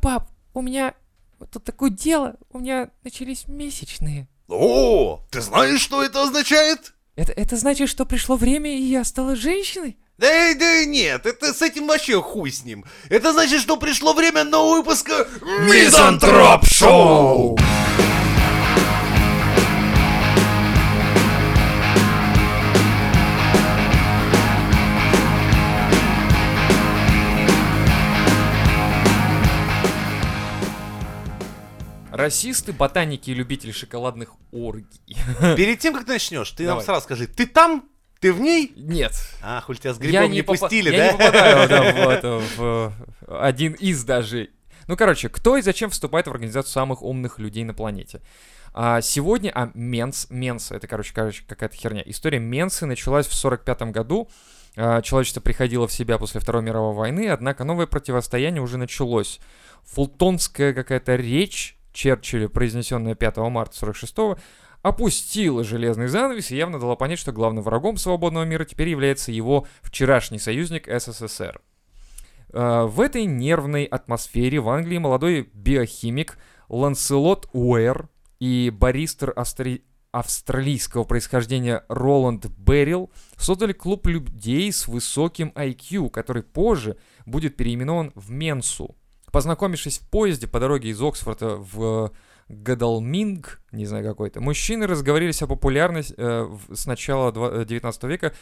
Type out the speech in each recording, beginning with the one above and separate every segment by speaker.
Speaker 1: пап, у меня вот тут такое дело, у меня начались месячные.
Speaker 2: О, ты знаешь, что это означает?
Speaker 1: Это, это значит, что пришло время, и я стала женщиной?
Speaker 2: Да, да нет, это с этим вообще хуй с ним. Это значит, что пришло время нового выпуска Мизантроп Шоу!
Speaker 1: Расисты, ботаники и любители шоколадных оргий.
Speaker 2: Перед тем, как ты начнешь, ты нам
Speaker 1: Давай.
Speaker 2: сразу скажи, ты там? Ты в ней?
Speaker 1: Нет.
Speaker 2: А, хуй тебя с грибом не,
Speaker 1: попа-
Speaker 2: пустили,
Speaker 1: я
Speaker 2: да?
Speaker 1: не попадаю, да, в это, в, э, один из даже. Ну, короче, кто и зачем вступает в организацию самых умных людей на планете? А, сегодня, а, Менс, Менс, это, короче, короче, какая-то херня. История Менсы началась в 45 году. А, Человечество приходило в себя после Второй мировой войны, однако новое противостояние уже началось. Фултонская какая-то речь Черчилля, произнесенная 5 марта 46 опустила железный занавес и явно дала понять, что главным врагом свободного мира теперь является его вчерашний союзник СССР. Э, В этой нервной атмосфере в Англии молодой биохимик Ланселот Уэр и баристер австри- австралийского происхождения Роланд Беррил создали клуб людей с высоким IQ, который позже будет переименован в Менсу. Познакомившись в поезде по дороге из Оксфорда в э, Гадалминг, не знаю какой-то, мужчины разговорились о популярности э, в- с начала два- э, 19 века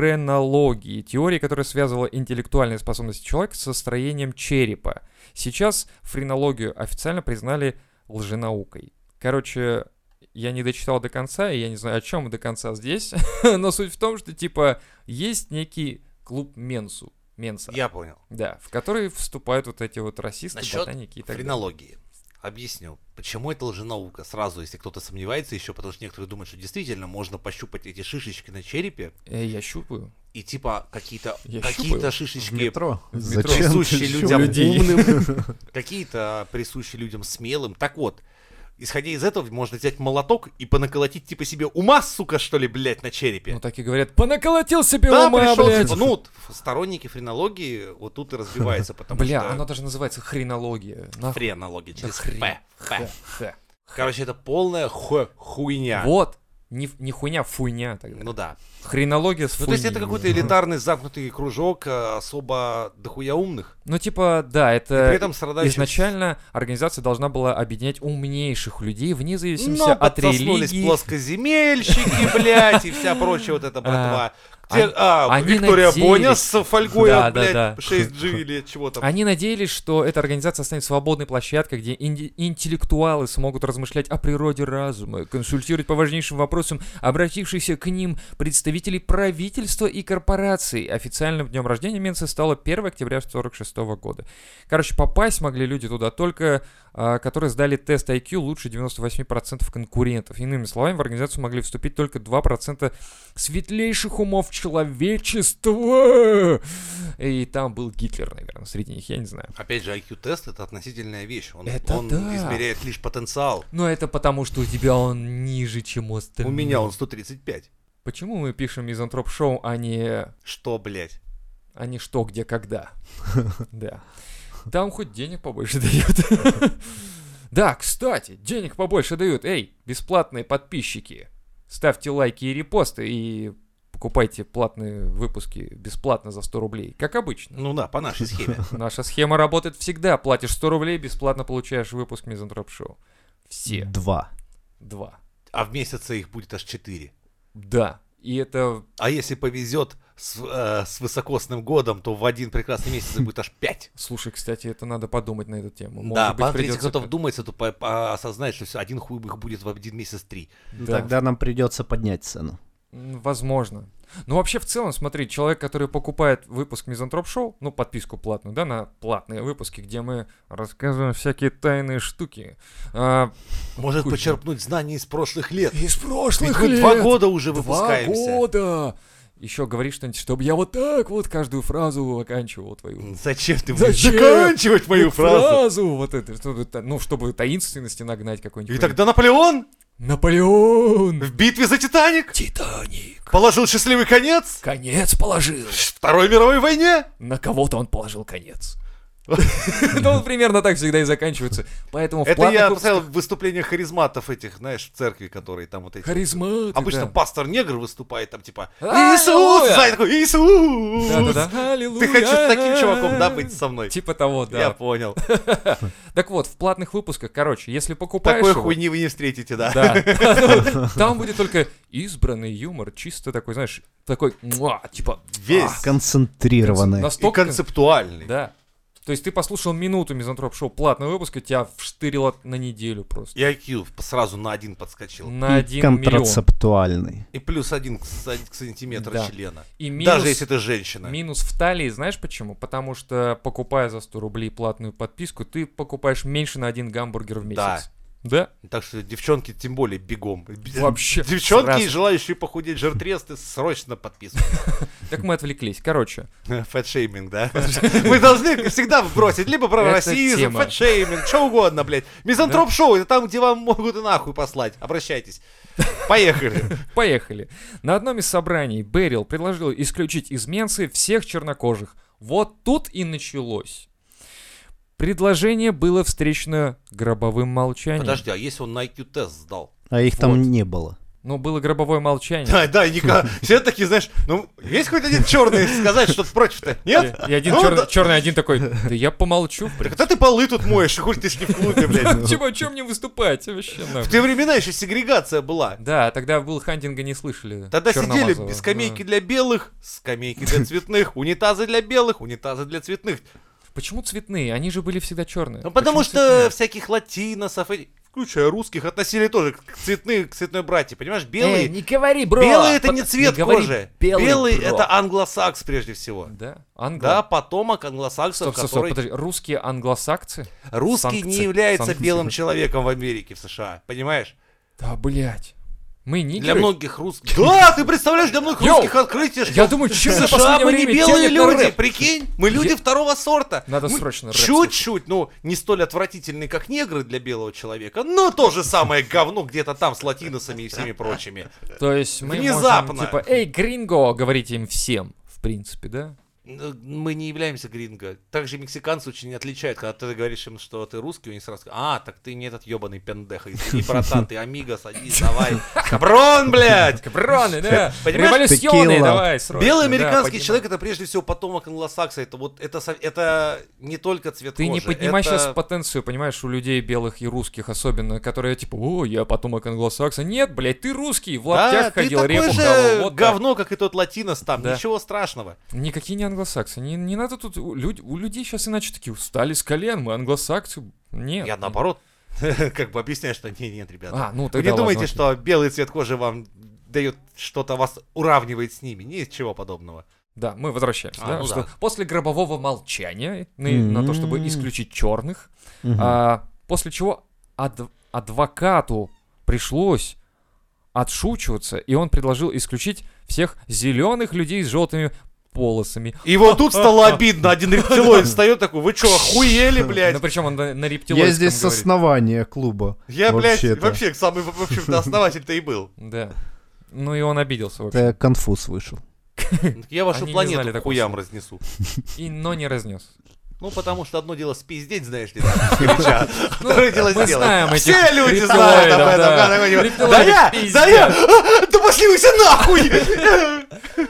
Speaker 1: френологии, теории, которая связывала интеллектуальные способности человека со строением черепа. Сейчас френологию официально признали лженаукой. Короче, я не дочитал до конца, и я не знаю, о чем до конца здесь, но суть в том, что, типа, есть некий клуб Менсу, Менса,
Speaker 2: Я понял.
Speaker 1: да, в который вступают вот эти вот расисты,
Speaker 2: Насчет
Speaker 1: ботаники и так далее.
Speaker 2: Френологии. Объясню. Почему это лженаука? Сразу, если кто-то сомневается еще, потому что некоторые думают, что действительно можно пощупать эти шишечки на черепе
Speaker 1: Э, я щупаю.
Speaker 2: и типа какие-то
Speaker 1: Я
Speaker 2: какие-то
Speaker 1: щупаю.
Speaker 2: шишечки
Speaker 3: В метро.
Speaker 1: в метро.
Speaker 3: Зачем ты
Speaker 2: присущие
Speaker 3: щупаешь?
Speaker 2: людям
Speaker 1: людей?
Speaker 2: умным, какие-то присущие людям смелым. Так вот, исходя из этого, можно взять молоток и понаколотить типа себе ума, сука, что ли, блядь, на черепе.
Speaker 1: Ну так и говорят, понаколотил себе
Speaker 2: Да,
Speaker 1: ума,
Speaker 2: пришел,
Speaker 1: блядь.
Speaker 2: ну, вот сторонники френологии вот тут и разбиваются, потому
Speaker 1: Бля,
Speaker 2: что
Speaker 1: оно даже называется хренология. На
Speaker 2: френология
Speaker 1: Да
Speaker 2: через
Speaker 1: хрен.
Speaker 2: П. П.
Speaker 1: х- х.
Speaker 2: Короче, это полная ху- хуйня.
Speaker 1: Вот. Не, не хуйня, фуйня тогда.
Speaker 2: Ну да.
Speaker 1: Хренология с
Speaker 2: Ну, то есть
Speaker 1: фуйней.
Speaker 2: это какой-то элитарный замкнутый кружок э, особо дохуя умных.
Speaker 1: Ну типа, да,
Speaker 2: И
Speaker 1: это...
Speaker 2: при этом страдающих...
Speaker 1: Изначально организация должна была объединять умнейших людей вне зависимости
Speaker 2: Но
Speaker 1: от
Speaker 2: подсоснулись
Speaker 1: религии. А,
Speaker 2: плоскоземельщики, блядь, и вся прочая вот эта братва. Те-
Speaker 1: они-
Speaker 2: а,
Speaker 1: они
Speaker 2: Виктория
Speaker 1: надеялись.
Speaker 2: Боня с фольгой
Speaker 1: Да,
Speaker 2: от,
Speaker 1: да,
Speaker 2: блядь,
Speaker 1: да.
Speaker 2: 6G или чего там.
Speaker 1: Они надеялись, что эта организация станет свободной площадкой, где инди- интеллектуалы смогут размышлять о природе разума, консультировать по важнейшим вопросам обратившихся к ним представителей правительства и корпораций. Официальным днем рождения Менса стало 1 октября 1946 года. Короче, попасть могли люди туда только, а, которые сдали тест IQ лучше 98% конкурентов. Иными словами, в организацию могли вступить только 2% светлейших умов человечества. И там был Гитлер, наверное, среди них, я не знаю.
Speaker 2: Опять же, IQ-тест — это относительная вещь. Он,
Speaker 1: Это
Speaker 2: он
Speaker 1: да.
Speaker 2: измеряет лишь потенциал.
Speaker 1: Но это потому, что у тебя он ниже, чем у остальных.
Speaker 2: У меня он 135.
Speaker 1: Почему мы пишем мизантроп-шоу, а не...
Speaker 2: Что, блядь?
Speaker 1: а не что, где, когда? Да. Там хоть денег побольше дают. Да, кстати, денег побольше дают. Эй, бесплатные подписчики, ставьте лайки и репосты и покупайте платные выпуски бесплатно за 100 рублей, как обычно.
Speaker 2: Ну да, по нашей схеме.
Speaker 1: Наша схема работает всегда. Платишь 100 рублей, бесплатно получаешь выпуск Мизантроп Шоу. Все.
Speaker 3: Два.
Speaker 1: Два.
Speaker 2: А в месяц их будет аж 4.
Speaker 1: Да. И это...
Speaker 2: А если повезет с, э, с высокосным годом, то в один прекрасный месяц их будет аж 5.
Speaker 1: Слушай, кстати, это надо подумать на эту тему. Может
Speaker 2: да,
Speaker 1: быть,
Speaker 2: посмотрите,
Speaker 1: придётся
Speaker 2: кто-то
Speaker 1: к-
Speaker 2: вдумается, то по- по- осознает, а, что всё, один хуй их будет в один месяц три.
Speaker 3: Ну,
Speaker 1: Да.
Speaker 3: Тогда нам придется поднять цену.
Speaker 1: М, Возможно. Ну, вообще, в целом, смотри, человек, который покупает выпуск Мизантроп Шоу, ну, подписку платную, да, на платные выпуски, где мы рассказываем всякие тайные штуки. а,
Speaker 2: Может
Speaker 1: Хуй
Speaker 2: почерпнуть знания из прошлых лет.
Speaker 1: из
Speaker 2: Ведь
Speaker 1: прошлых
Speaker 2: мы два
Speaker 1: лет.
Speaker 2: года уже
Speaker 1: Два
Speaker 2: выпускаемся.
Speaker 1: года! Еще говори что-нибудь, чтобы я вот так вот каждую фразу оканчивал твою.
Speaker 2: М, Зачем ты будешь
Speaker 1: Зачем?
Speaker 2: заканчивать мою
Speaker 1: Ну,
Speaker 2: фразу?
Speaker 1: вот это, чтобы та- ну, чтобы таинственности нагнать какой-нибудь.
Speaker 2: И тогда Наполеон
Speaker 1: Наполеон!
Speaker 2: в битве за Титаник
Speaker 1: Титаник!
Speaker 2: положил счастливый конец
Speaker 1: Конец положил!
Speaker 2: Второй мировой войне.
Speaker 1: На кого-то он положил конец. Ну, он примерно так всегда и заканчивается. Поэтому в
Speaker 2: Это
Speaker 1: платных
Speaker 2: я
Speaker 1: выпусках-
Speaker 2: посмотрел выступление харизматов этих, знаешь, в церкви, которые там вот эти.
Speaker 1: Харизма. ты,
Speaker 2: Обычно
Speaker 1: да. А,
Speaker 2: пастор негр выступает там типа
Speaker 1: Аллилуйя!
Speaker 2: Иисус! Знаешь, такой Иисус!
Speaker 1: Да-да-да.
Speaker 2: Ты
Speaker 1: Аллилуйя.
Speaker 2: хочешь таким чуваком, да, быть со мной?
Speaker 1: Типа того,
Speaker 2: Я
Speaker 1: да.
Speaker 2: понял.
Speaker 1: Так вот, в платных выпусках, короче, если покупаешь
Speaker 2: Такой
Speaker 1: его-
Speaker 2: хуйни вы не встретите, да.
Speaker 1: Да. Ну, Там будет только избранный юмор, чисто такой, знаешь, такой, муа, типа...
Speaker 2: Весь.
Speaker 3: Концентрированный.
Speaker 2: И
Speaker 1: Настолько...
Speaker 2: концептуальный.
Speaker 1: Да. То есть ты послушал минуту мизантроп-шоу платного выпуска, тебя вштырило на неделю просто.
Speaker 2: И IQ сразу на один подскочил.
Speaker 1: На
Speaker 3: И
Speaker 1: один миллион.
Speaker 3: контрацептуальный.
Speaker 2: И плюс один к сан- к сантиметру
Speaker 1: Да.
Speaker 2: члена.
Speaker 1: И
Speaker 2: Даже
Speaker 1: минус,
Speaker 2: если ты женщина.
Speaker 1: минус в талии, знаешь почему? Потому что, покупая за 100 рублей платную подписку, ты покупаешь меньше на один гамбургер в
Speaker 2: Да.
Speaker 1: месяц. Да.
Speaker 2: Так что девчонки тем более бегом.
Speaker 1: Вообще.
Speaker 2: Девчонки,
Speaker 1: сразу.
Speaker 2: желающие похудеть жиртресты, срочно подписывайтесь.
Speaker 1: Как мы отвлеклись. Короче,
Speaker 2: Фэтшейминг, да? Мы должны всегда вбросить либо про
Speaker 1: Это
Speaker 2: расизм,
Speaker 1: тема.
Speaker 2: фэтшейминг, что угодно, блядь. Мизантроп-шоу, это там, где вам могут и нахуй послать. Обращайтесь. Поехали.
Speaker 1: поехали. На одном из собраний Берил предложил исключить из Менсы всех чернокожих. Вот тут и началось. Предложение было встречено гробовым молчанием.
Speaker 2: Подожди, а если он на IQ-тест сдал?
Speaker 3: А их
Speaker 1: Вот.
Speaker 3: там не было.
Speaker 1: Ну, было гробовое молчание.
Speaker 2: Да, да, и никогда. Все такие, знаешь, ну, есть хоть один черный сказать, что против-то? Нет?
Speaker 1: И один
Speaker 2: Ну,
Speaker 1: черный,
Speaker 2: да.
Speaker 1: черный один такой, да я помолчу,
Speaker 2: Так
Speaker 1: блин.
Speaker 2: когда ты полы тут моешь, и хуй ты ж не в клубе, блядь.
Speaker 1: Чего, о чем мне выступать вообще
Speaker 2: В
Speaker 1: нахуй?
Speaker 2: те времена еще сегрегация была.
Speaker 1: Да, тогда был Хантинга не слышали.
Speaker 2: Тогда сидели
Speaker 1: Черномазова.
Speaker 2: скамейки
Speaker 1: Да.
Speaker 2: для белых, скамейки для цветных, унитазы для белых, унитазы для цветных.
Speaker 1: Почему цветные? Они же были всегда черные.
Speaker 2: Ну, потому
Speaker 1: Почему
Speaker 2: что всяких латиносов, и- включая русских, относили тоже к цветным, к цветной братье, понимаешь?
Speaker 1: цветные? Эй,
Speaker 2: Белые...
Speaker 1: Э, не говори, бро!
Speaker 2: Белые это
Speaker 1: Пот-
Speaker 2: не цвет
Speaker 1: говори
Speaker 2: кожи.
Speaker 1: белый,
Speaker 2: Белый
Speaker 1: бро.
Speaker 2: это англосакс прежде всего.
Speaker 1: Да, англо...
Speaker 2: Да, потомок англосаксов,
Speaker 1: Стоп, стоп, стоп,
Speaker 2: который...
Speaker 1: подожди, русские англосаксы?
Speaker 2: Русский
Speaker 1: Санкции.
Speaker 2: не является
Speaker 1: Санкции.
Speaker 2: белым человеком в Америке, в США, понимаешь?
Speaker 1: Да, блять. Мы не
Speaker 2: Для многих русских... Да, ты представляешь, для многих
Speaker 1: Йоу!
Speaker 2: русских открытие, что
Speaker 1: Я думаю,
Speaker 2: в
Speaker 1: чем за
Speaker 2: США
Speaker 1: последнее
Speaker 2: мы не
Speaker 1: время
Speaker 2: белые
Speaker 1: тянет на
Speaker 2: люди,
Speaker 1: рэп?
Speaker 2: прикинь? Мы люди
Speaker 1: Я-
Speaker 2: второго сорта.
Speaker 1: Надо
Speaker 2: Мы
Speaker 1: срочно рэп
Speaker 2: Чуть-чуть, ну, не столь отвратительные, как негры для белого человека, но то же самое говно где-то там с латиносами и всеми прочими.
Speaker 1: То есть мы можем,
Speaker 2: Внезапно.
Speaker 1: типа, эй, гринго, говорите им всем, в принципе, да?
Speaker 2: Э, Мы не являемся гринго. Также мексиканцы очень отличают, когда ты говоришь им, что ты русский, они сразу говорят, а, так ты не этот ебаный пендеха, извини, братан, ты амиго, садись, давай. Каброн, блядь!
Speaker 1: Каброны, да.
Speaker 2: Понимаешь?
Speaker 1: ну, э, Революционные,
Speaker 3: Текила.
Speaker 1: давай, срочно.
Speaker 2: Белый
Speaker 1: да,
Speaker 2: американский
Speaker 1: поднимай.
Speaker 2: человек это прежде всего потомок англосакса. Это вот это, со- это не только цвет
Speaker 1: Ты не
Speaker 2: кожи,
Speaker 1: поднимай
Speaker 2: это-
Speaker 1: сейчас потенцию, понимаешь, у людей белых и русских особенно, которые типа, о, я потомок англосакса. Нет, блядь, ты русский, в
Speaker 2: Да,
Speaker 1: лаптях
Speaker 2: ты
Speaker 1: ходил,
Speaker 2: такой
Speaker 1: репу
Speaker 2: же
Speaker 1: давал, вот так.
Speaker 2: говно, как и тот латинос там.
Speaker 1: Да.
Speaker 2: Ничего страшного.
Speaker 1: Никакие не англосаксы. Не, не надо тут... У, люд- у людей сейчас иначе такие устали с колен, мы англосаксы. Нет. ну.
Speaker 2: Я наоборот как бы объясняю, что не, нет, ребята.
Speaker 1: А, ну
Speaker 2: Вы
Speaker 1: тогда
Speaker 2: не думайте,
Speaker 1: ладно,
Speaker 2: что белый цвет кожи вам дает что-то вас уравнивает с ними. Ничего подобного.
Speaker 1: Да, мы возвращаемся.
Speaker 2: А,
Speaker 1: да,
Speaker 2: ну
Speaker 1: что
Speaker 2: да.
Speaker 1: После гробового молчания на, на то, чтобы М-м.
Speaker 3: М.
Speaker 1: исключить черных,
Speaker 3: Мгм.
Speaker 1: а, после чего адв- адвокату пришлось отшучиваться, и он предложил исключить всех зеленых людей с желтыми полосами.
Speaker 2: И вот тут стало обидно. Один рептилоид встает такой, вы что, охуели,
Speaker 1: Ну,
Speaker 2: блядь?
Speaker 1: причем он на, на
Speaker 3: Я
Speaker 1: рептилоидском
Speaker 3: здесь с
Speaker 1: говорит.
Speaker 3: основания клуба.
Speaker 2: Я, блядь,
Speaker 3: Вообще-то.
Speaker 2: вообще самый, в общем-то, основатель-то и был.
Speaker 1: Да. Ну и он обиделся, в общем.
Speaker 3: Это конфуз вышел.
Speaker 2: Я вашу
Speaker 1: Они не
Speaker 2: планету
Speaker 1: знали
Speaker 2: к
Speaker 1: такого
Speaker 2: хуям
Speaker 1: слова.
Speaker 2: разнесу.
Speaker 1: И, но не разнес.
Speaker 2: Ну, потому что одно дело спиздеть, знаешь ли, там, горяча, а второе дело
Speaker 1: Ну, мы знаем
Speaker 2: сделать.
Speaker 1: этих
Speaker 2: Все люди знают об
Speaker 1: рептилоидов,
Speaker 2: этом.
Speaker 1: да.
Speaker 2: да, такой, типа, Да
Speaker 1: Рептилоиды
Speaker 2: я, да
Speaker 1: пиздят.
Speaker 2: я, а, да пошли вы все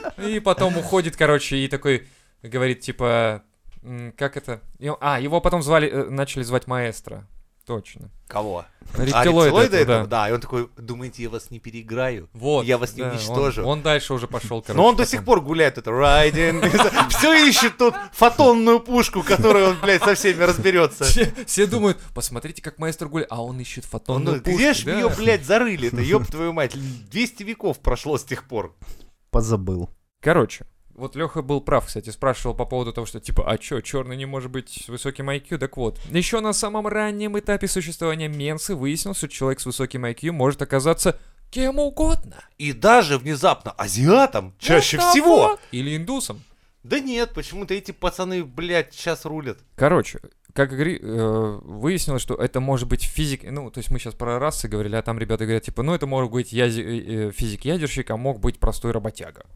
Speaker 2: нахуй!
Speaker 1: И потом уходит, короче, и такой говорит, типа, м, как это? И он- А, его потом звали, э, начали звать маэстро. Точно.
Speaker 2: Кого? А
Speaker 1: Рептилоиды,
Speaker 2: рептилоиды
Speaker 1: это,
Speaker 2: этого? Да, и он такой, думаете, я вас не переиграю?
Speaker 1: Вот.
Speaker 2: Я вас не
Speaker 1: да, он-
Speaker 2: уничтожу.
Speaker 1: Он, дальше уже пошел, короче.
Speaker 2: Но он до
Speaker 1: потом.
Speaker 2: сих пор гуляет это Райден. Все ищет тут фотонную пушку, которую он, блядь, со всеми разберется.
Speaker 1: Все, все думают, посмотрите, как маэстро гуляет, а он ищет
Speaker 2: Он,
Speaker 1: фотонную
Speaker 2: ну,
Speaker 1: пушку.
Speaker 2: где ж
Speaker 1: да.
Speaker 2: ее, блядь, зарыли-то, ёб твою мать. 200 веков прошло с тех пор.
Speaker 3: Позабыл.
Speaker 1: Короче, вот Леха был прав, кстати, спрашивал по поводу того, что типа, а чё, черный не может быть с высоким IQ? Так вот, еще на самом раннем этапе существования Менсы выяснилось, что человек с высоким IQ может оказаться кем угодно.
Speaker 2: И даже внезапно азиатам чаще
Speaker 1: Вот
Speaker 2: всего.
Speaker 1: так вот. Или индусом.
Speaker 2: Да нет, почему-то эти пацаны, блядь, сейчас рулят.
Speaker 1: Короче, как игры, э, выяснилось, что это может быть физик... Ну, то есть мы сейчас про расы говорили, а там ребята говорят, типа, ну, это может быть язи- э, э, физик-ядерщик, а мог быть простой работяга.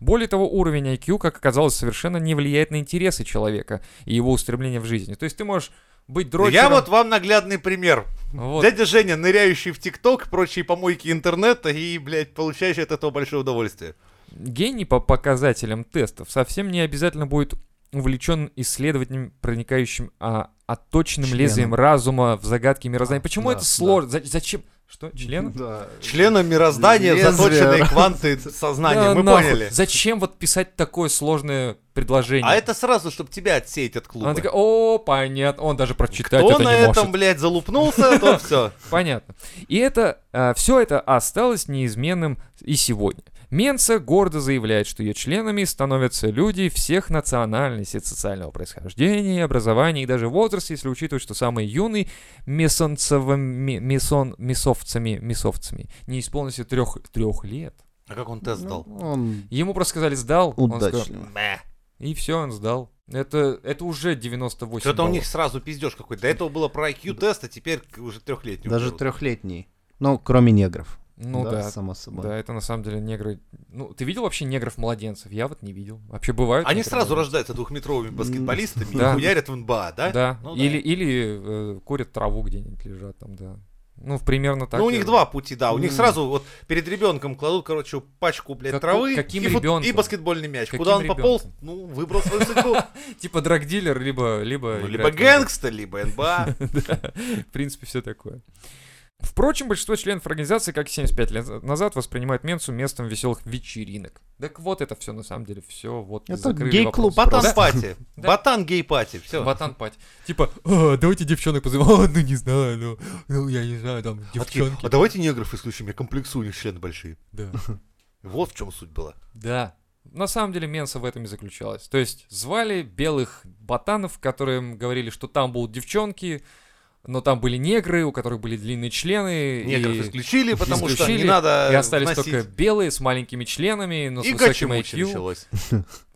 Speaker 1: Более того, уровень IQ, как оказалось, совершенно не влияет на интересы человека и его устремления в жизни. То есть ты можешь быть дрочером...
Speaker 2: Я вот вам наглядный пример.
Speaker 1: Вот.
Speaker 2: Дядя Женя, ныряющий в ТикТок, прочие помойки интернета и, блядь, получающий от этого большое удовольствие.
Speaker 1: Гений по показателям тестов совсем не обязательно будет увлечен исследованием, проникающим а, отточенным
Speaker 3: Членом. А,
Speaker 1: лезием разума в загадки мироздания. Почему
Speaker 3: да,
Speaker 1: это
Speaker 3: да.
Speaker 1: сложно? За- зачем? Что? Член?
Speaker 3: Да.
Speaker 2: Членом мироздания
Speaker 3: Лезвие.
Speaker 2: заточенные кванты сознания,
Speaker 1: Да
Speaker 2: мы
Speaker 1: нахуй.
Speaker 2: поняли.
Speaker 1: Зачем вот писать такое сложное предложение?
Speaker 2: А это сразу, чтобы тебя отсеять от клуба.
Speaker 1: Она такая, о, понятно, он даже прочитать
Speaker 2: Кто
Speaker 1: это
Speaker 2: на
Speaker 1: не
Speaker 2: этом,
Speaker 1: может.
Speaker 2: блядь, залупнулся, а то все.
Speaker 1: Понятно. И это, все это осталось неизменным и сегодня. Менса гордо заявляет, что ее членами становятся люди всех национальностей, социального происхождения, образования и даже возраста, если учитывать, что самый юный месонцевыми, месон, месовцами, месовцами не исполнился трех, трех лет.
Speaker 2: А как он тест сдал?
Speaker 3: Ну, Он
Speaker 1: Ему просто сказали «сдал», он сказал,
Speaker 3: удачливый.
Speaker 2: Мэ.
Speaker 1: и все, он сдал. Это, это уже 98
Speaker 2: Что-то у
Speaker 1: баллов.
Speaker 2: них сразу пиздеж какой-то. До этого было про IQ-тест, а теперь к- уже трехлетний.
Speaker 3: Даже трехлетний. Ну, кроме негров.
Speaker 1: Ну да,
Speaker 3: Само собой.
Speaker 1: Да, это на самом деле негры. Ну, ты видел вообще негров-младенцев? Я вот не видел. Вообще бывают.
Speaker 2: Они
Speaker 1: негры
Speaker 2: сразу
Speaker 1: младенцы?
Speaker 2: рождаются двухметровыми баскетболистами
Speaker 1: Да.
Speaker 2: и хуярят в НБА, да?
Speaker 1: Да.
Speaker 2: Ну да.
Speaker 1: или или э, курят траву где-нибудь лежат там, да. Ну, примерно так.
Speaker 2: ну, у них
Speaker 1: я-
Speaker 2: два пути, да. У них
Speaker 1: М.
Speaker 2: сразу вот перед ребенком кладут, короче, пачку, блядь,
Speaker 1: Каку-
Speaker 2: травы
Speaker 1: каким
Speaker 2: и, фут- и
Speaker 1: ребенком?
Speaker 2: баскетбольный мяч.
Speaker 1: Каким
Speaker 2: Куда он пополз,
Speaker 1: ребенком?
Speaker 2: ну, выбрал свою судьбу.
Speaker 1: Типа драгдилер, либо... Либо,
Speaker 2: Ну,
Speaker 1: играть
Speaker 2: Либо
Speaker 1: в
Speaker 2: гэнгста, либо НБА.
Speaker 1: Да, в принципе, все такое. Впрочем, большинство членов организации, как и 75 лет назад, воспринимают Менцу местом веселых вечеринок. Так вот это все на самом деле, все вот и
Speaker 3: Это
Speaker 1: закрыли
Speaker 3: гей-клуб,
Speaker 1: вопрос.
Speaker 3: Просто.
Speaker 2: Ботан-пати.
Speaker 1: Да.
Speaker 2: Ботан-гей-пати. Все.
Speaker 1: Ватан пать. Типа, «А, давайте девчонок позовем. «А, ну не знаю, ну, ну, я не знаю, там
Speaker 2: А такие,
Speaker 1: девчонки.
Speaker 2: А давайте негров исключим, я комплексую, у них члены большие.
Speaker 1: Да.
Speaker 2: Вот в чем суть была.
Speaker 1: Да. На самом деле Менса в этом и заключалась. То есть звали белых ботанов, которым говорили, что там будут девчонки, но там были негры, у которых были длинные члены.
Speaker 2: Негров
Speaker 1: и...
Speaker 2: исключили, потому что не
Speaker 1: исключили,
Speaker 2: надо
Speaker 1: и остались
Speaker 2: вносить.
Speaker 1: только белые с маленькими членами, но с
Speaker 2: И
Speaker 1: высоким
Speaker 2: гачимучи
Speaker 1: IQ.
Speaker 2: началось.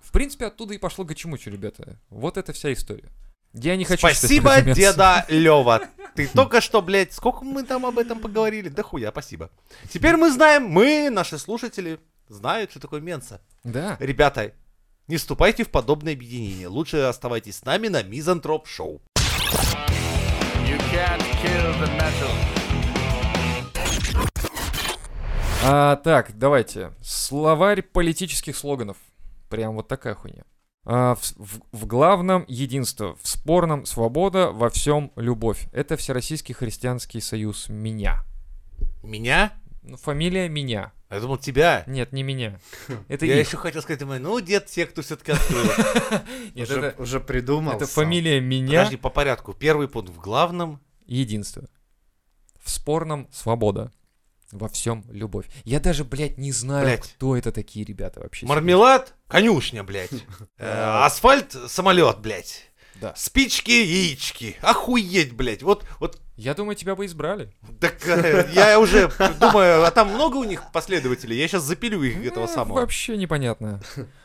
Speaker 1: В принципе, оттуда и пошло гачимучи, ребята. Вот это вся история. Я не хочу...
Speaker 2: Спасибо,
Speaker 1: считать это Менсой.
Speaker 2: деда Лева. Ты только что, блядь, сколько мы там об этом поговорили? Да хуя, спасибо. Теперь мы знаем, мы, наши слушатели, знают, что такое Менса.
Speaker 1: Да.
Speaker 2: Ребята, не вступайте в подобное объединение. Лучше оставайтесь с нами на Мизантроп Шоу.
Speaker 1: А, так, давайте. Словарь политических слоганов. Прям вот такая хуйня. А, в, в- в главном единство, в спорном свобода, во всем любовь. Это Всероссийский христианский союз меня.
Speaker 2: Меня?
Speaker 1: Ну, фамилия меня.
Speaker 2: Я думал, тебя.
Speaker 1: Нет, не меня. Это
Speaker 2: Я
Speaker 1: их.
Speaker 2: еще хотел сказать, думаю, ну, дед, те, кто все-таки открыл.
Speaker 1: Нет, это,
Speaker 3: уже придумал.
Speaker 1: это
Speaker 3: сам.
Speaker 1: фамилия меня.
Speaker 2: Подожди, по порядку. Первый пункт в главном.
Speaker 1: Единство. В спорном свобода. Во всем любовь. Я даже, блядь, не знаю,
Speaker 2: Блядь.
Speaker 1: кто это такие ребята вообще.
Speaker 2: Мармелад, конюшня, блядь. Э, Асфальт, самолет, блядь.
Speaker 1: Да.
Speaker 2: Спички, яички. Охуеть, блядь. Вот, вот
Speaker 1: Я думаю, тебя бы избрали.
Speaker 2: так, э, я уже думаю, а там много у них последователей? Я сейчас запилю их этого
Speaker 1: Э,
Speaker 2: самого.
Speaker 1: Вообще непонятно.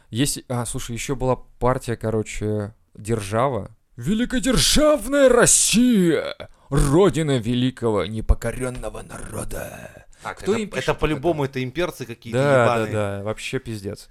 Speaker 1: Есть, а, слушай, еще была партия, короче, держава. Великодержавная Россия, родина великого непокоренного народа.
Speaker 2: Так,
Speaker 1: кто
Speaker 2: это,
Speaker 1: им пишет
Speaker 2: это
Speaker 1: вот
Speaker 2: по-любому это имперцы какие-то
Speaker 1: Да, да,
Speaker 2: ебаные.
Speaker 1: да, вообще пиздец.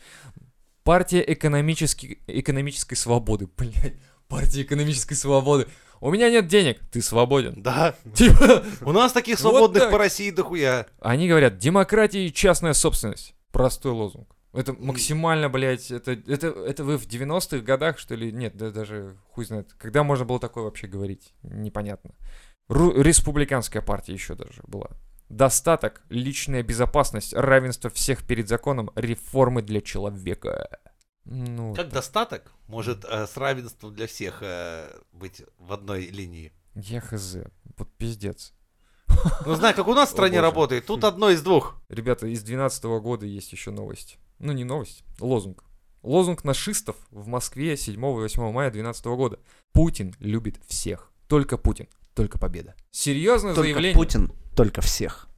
Speaker 1: Партия экономически, экономической свободы, блядь. Партия экономической свободы. У меня нет денег, ты свободен.
Speaker 2: Да.
Speaker 1: Типа,
Speaker 2: У нас таких
Speaker 1: Вот
Speaker 2: свободных
Speaker 1: так.
Speaker 2: по России дохуя.
Speaker 1: Они говорят, демократия и частная собственность. Простой лозунг. Это максимально, блядь, это, это, это вы в 90-х годах, что ли? Нет, да даже хуй знает. Когда можно было такое вообще говорить? Непонятно. Ру- республиканская партия еще даже была. Достаток, личная безопасность, равенство всех перед законом, реформы для человека. Ну,
Speaker 2: Как достаток может э, с равенством для всех э, быть в одной линии?
Speaker 1: я хз, вот пиздец.
Speaker 2: Ну, знаю, как у нас в
Speaker 1: О,
Speaker 2: стране
Speaker 1: боже.
Speaker 2: работает, тут одно из двух.
Speaker 1: Ребята, из 2012 года есть еще новость. Ну, не новость, лозунг. Лозунг нашистов в Москве 7 и 8 мая 2012 года. Путин любит всех. Только Путин. Только победа. Серьезное
Speaker 3: Только
Speaker 1: заявление.
Speaker 3: Путин, только всех.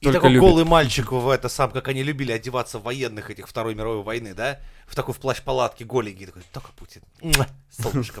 Speaker 2: И
Speaker 1: Только
Speaker 2: такой
Speaker 1: любит.
Speaker 2: голый мальчик в это сам, как они любили одеваться в военных этих Второй мировой войны, да? В такой в плащ-палатке голенький, такой, только Путин. Муа, Солнышко,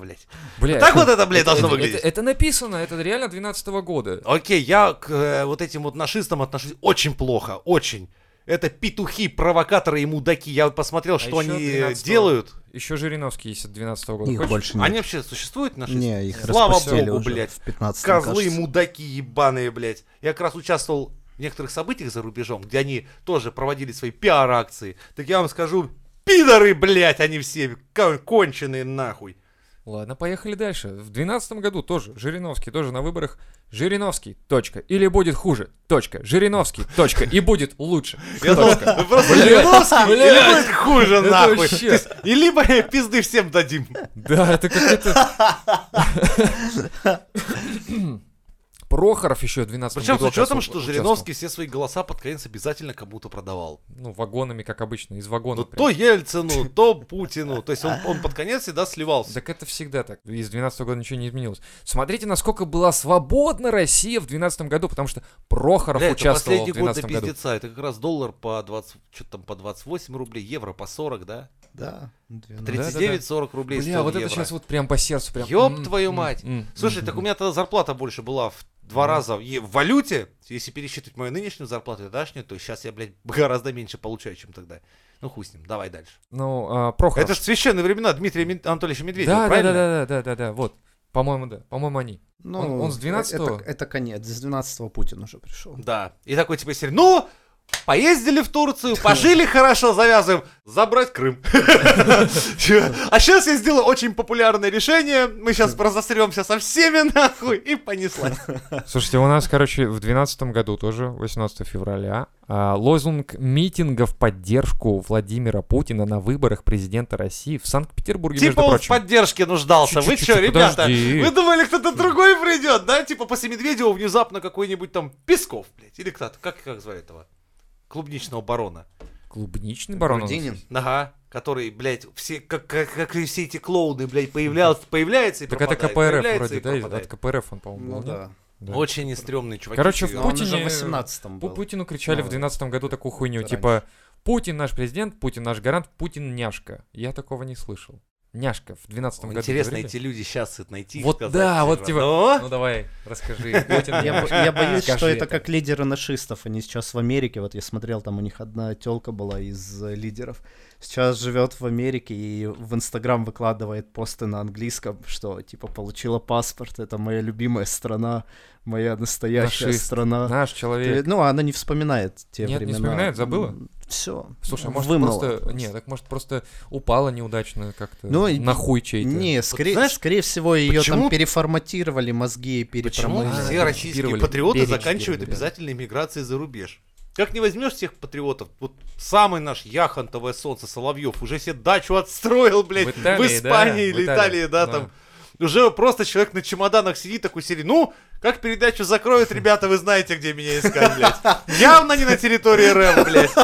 Speaker 2: блядь.
Speaker 1: Бля,
Speaker 2: Так вот это, блядь, должно
Speaker 1: это-
Speaker 2: выглядеть.
Speaker 1: Это, это написано, это реально 2012 года.
Speaker 2: Окей, я к э, вот этим вот нашистам отношусь очень плохо, очень. Это петухи, провокаторы и мудаки. Я посмотрел, что
Speaker 1: А ещё
Speaker 2: они
Speaker 1: 13-го.
Speaker 2: делают.
Speaker 1: Еще Жириновский есть от 12 года.
Speaker 3: Их
Speaker 1: Хочешь?
Speaker 3: больше нет.
Speaker 2: Они вообще существуют в нашей
Speaker 3: Не, их
Speaker 2: Слава
Speaker 3: распустили
Speaker 2: богу,
Speaker 3: уже
Speaker 2: блядь.
Speaker 3: в 15
Speaker 2: Козлы, мудаки ебаные, блядь. Я как раз участвовал в некоторых событиях за рубежом, где они тоже проводили свои пиар-акции. Так я вам скажу, пидоры, блядь, они все кон- конченые нахуй.
Speaker 1: Ладно, поехали дальше. В 2012 году тоже Жириновский, тоже на выборах. Жириновский, точка. Или будет хуже, точка. Жириновский, точка. И будет лучше.
Speaker 2: Я думал,
Speaker 1: Точка.
Speaker 2: ну просто
Speaker 1: Блядь,
Speaker 2: Жириновский,
Speaker 1: блядь.
Speaker 2: или будет хуже
Speaker 1: Это
Speaker 2: нахуй.
Speaker 1: вообще.
Speaker 2: То есть, И либо пизды всем дадим.
Speaker 1: Да, это как это... Прохоров еще в 12
Speaker 2: Причем с
Speaker 1: году
Speaker 2: учетом,
Speaker 1: оказывается,
Speaker 2: что
Speaker 1: участвовал.
Speaker 2: Жириновский все свои голоса под конец обязательно кому-то продавал.
Speaker 1: Ну, вагонами, как обычно, из вагона.
Speaker 2: Ну,
Speaker 1: прям.
Speaker 2: то Ельцину, то Путину. То есть он, он под конец всегда сливался.
Speaker 1: Так это всегда так. Из 12 года ничего не изменилось. Смотрите, насколько была свободна Россия в 12 году, потому что Прохоров
Speaker 2: Бля, это
Speaker 1: участвовал в
Speaker 2: последний год до
Speaker 1: 12 году.
Speaker 2: пиздеца. Это как раз доллар по 20, что там по 28 рублей, евро по 40, да?
Speaker 3: Да. 12.
Speaker 2: 39-40 рублей
Speaker 1: Бля,
Speaker 2: стоил
Speaker 1: вот это
Speaker 2: евро.
Speaker 1: сейчас вот прям по сердцу. Прям.
Speaker 2: Ёб
Speaker 1: М,
Speaker 2: твою
Speaker 1: м,
Speaker 2: мать.
Speaker 1: м,
Speaker 2: Слушай,
Speaker 1: м,
Speaker 2: так у
Speaker 1: м.
Speaker 2: меня тогда зарплата больше была в два раза в е- в валюте. Если пересчитывать мою нынешнюю зарплату и дашнюю, то сейчас я, блядь, гораздо меньше получаю, чем тогда. Ну хуй с ним, давай дальше.
Speaker 1: Ну, а, Прохоров.
Speaker 2: Это же священные времена Дмитрия Мен- Анатольевича Медведева,
Speaker 1: да, да, да,
Speaker 2: правильно?
Speaker 1: да, да, да, да, вот. По-моему, да. По-моему, они.
Speaker 3: Ну,
Speaker 1: Он- он с 12-го?
Speaker 3: Это, это конец. С 12-го Путин уже пришел.
Speaker 2: Да. И такой типа серии, ну, поездили в Турцию, пожили хорошо, завязываем, забрать Крым. А сейчас я сделал очень популярное решение, мы сейчас разосремся со всеми нахуй, и понеслась.
Speaker 1: Слушайте, у нас, короче, в 2012 году тоже, 18 февраля, а, лозунг митинга в поддержку Владимира Путина на выборах президента России в Санкт-Петербурге,
Speaker 2: Типа
Speaker 1: между
Speaker 2: он в
Speaker 1: прочим.
Speaker 2: поддержке нуждался. Вы
Speaker 1: Чуть-чуть,
Speaker 2: что, ребята,
Speaker 1: подожди.
Speaker 2: вы думали, кто-то другой придет, да? Типа после Медведева внезапно какой-нибудь там Песков, блядь, или кто-то, как, как звали этого? Клубничного барона.
Speaker 1: Клубничный барон. у нас
Speaker 3: Грудинин.
Speaker 1: есть.
Speaker 2: Ага, который, блядь, все, как, как, как и все эти клоуны, блядь, появлялся, появляется и
Speaker 1: Так это
Speaker 2: пропадает,
Speaker 1: КПРФ
Speaker 2: появляется
Speaker 1: вроде,
Speaker 2: и
Speaker 1: да? из- От
Speaker 2: пропадает.
Speaker 1: КПРФ он, по-моему,
Speaker 3: Ну
Speaker 1: был,
Speaker 3: да.
Speaker 1: да?
Speaker 2: Очень стрёмные чуваки.
Speaker 1: Короче, в
Speaker 2: все.
Speaker 3: Но он уже
Speaker 1: Путине-
Speaker 3: в 18-м
Speaker 1: Пу-
Speaker 3: был.
Speaker 1: Путину кричали
Speaker 3: Ну,
Speaker 1: в 12 году такую хуйню,
Speaker 3: раньше.
Speaker 1: типа «Путин наш президент, Путин наш гарант, Путин няшка». Я такого не слышал. Няшка в 12 году.
Speaker 2: Интересно,
Speaker 1: говорили?
Speaker 2: эти люди сейчас найти. и
Speaker 1: Вот
Speaker 2: сказать,
Speaker 1: да, вот типа,
Speaker 2: «Ну,
Speaker 1: Ну давай, расскажи. Путин
Speaker 3: Я, бо-
Speaker 1: няшка».
Speaker 3: я боюсь,
Speaker 1: Скажи
Speaker 3: что это как лидеры нашистов. Они сейчас в Америке, вот я смотрел, там у них одна телка была из э, лидеров. Сейчас живет в Америке и в Инстаграм выкладывает посты на английском, что типа получила паспорт, это моя любимая страна, моя настоящая
Speaker 1: Нашист.
Speaker 3: страна.
Speaker 1: Наш
Speaker 3: Ты-
Speaker 1: человек.
Speaker 3: Ну, она не вспоминает те
Speaker 1: Нет, не
Speaker 3: времена.
Speaker 1: вспоминает, забыла?
Speaker 3: Все.
Speaker 1: Слушай, а может просто... э, Не, так может просто упала неудачно как-то.
Speaker 3: Ну, и-
Speaker 1: на хуй чей-то.
Speaker 3: Не, скорее,
Speaker 2: знаешь,
Speaker 3: скорее всего, ее
Speaker 2: почему-
Speaker 3: там переформатировали мозги и
Speaker 2: Почему
Speaker 1: А,
Speaker 3: перепромыли.
Speaker 2: все российские
Speaker 1: чипировали,
Speaker 2: патриоты
Speaker 1: беречь
Speaker 2: заканчивают
Speaker 1: берегли, да.
Speaker 2: обязательной миграцией за рубеж? Как не возьмешь всех патриотов, вот самый наш яхонтовое солнце Соловьев уже себе дачу отстроил, блядь, в,
Speaker 1: В Италии, да,
Speaker 2: Испании
Speaker 1: в
Speaker 2: или
Speaker 1: Италии,
Speaker 2: Италии, да,
Speaker 1: да.
Speaker 2: там. Уже просто человек на чемоданах сидит такой серии, ну, как передачу закроют, ребята, вы знаете, где меня искать, блядь. Явно не на территории РФ, блядь.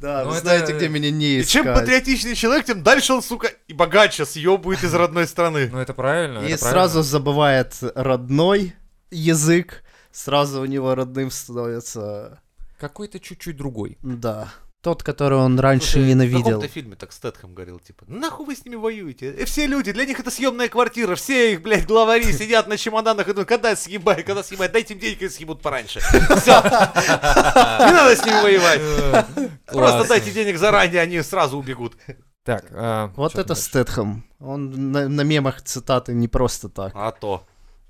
Speaker 3: Да,
Speaker 1: Ну,
Speaker 3: вы
Speaker 1: это-
Speaker 3: знаете, где меня не
Speaker 2: И чем
Speaker 3: искать.
Speaker 2: патриотичнее человек, тем дальше он, сука, и богаче съебывает из родной страны.
Speaker 1: Ну это правильно.
Speaker 3: И
Speaker 1: это
Speaker 3: сразу
Speaker 1: правильно.
Speaker 3: забывает родной язык, сразу у него родным становится,
Speaker 1: Какой-то чуть-чуть другой.
Speaker 3: да, тот, который он раньше
Speaker 2: Слушай, В
Speaker 3: ненавидел.
Speaker 2: каком-то фильме так Стэтхэм говорил, типа, нахуй вы с ними воюете? Э, Все люди, для них это съемная квартира, все их, блядь, главари сидят на чемоданах и думают, когда съебать, когда съебать, дайте им денег и съебут пораньше. Все. Не надо с ними воевать.
Speaker 1: Э,
Speaker 2: Просто
Speaker 1: Классно.
Speaker 2: дайте денег заранее, они сразу убегут.
Speaker 1: Так, а,
Speaker 3: Вот
Speaker 1: чё
Speaker 3: это
Speaker 1: там дальше?
Speaker 3: Стэтхэм. Он на, на мемах цитаты не просто так.
Speaker 2: А то.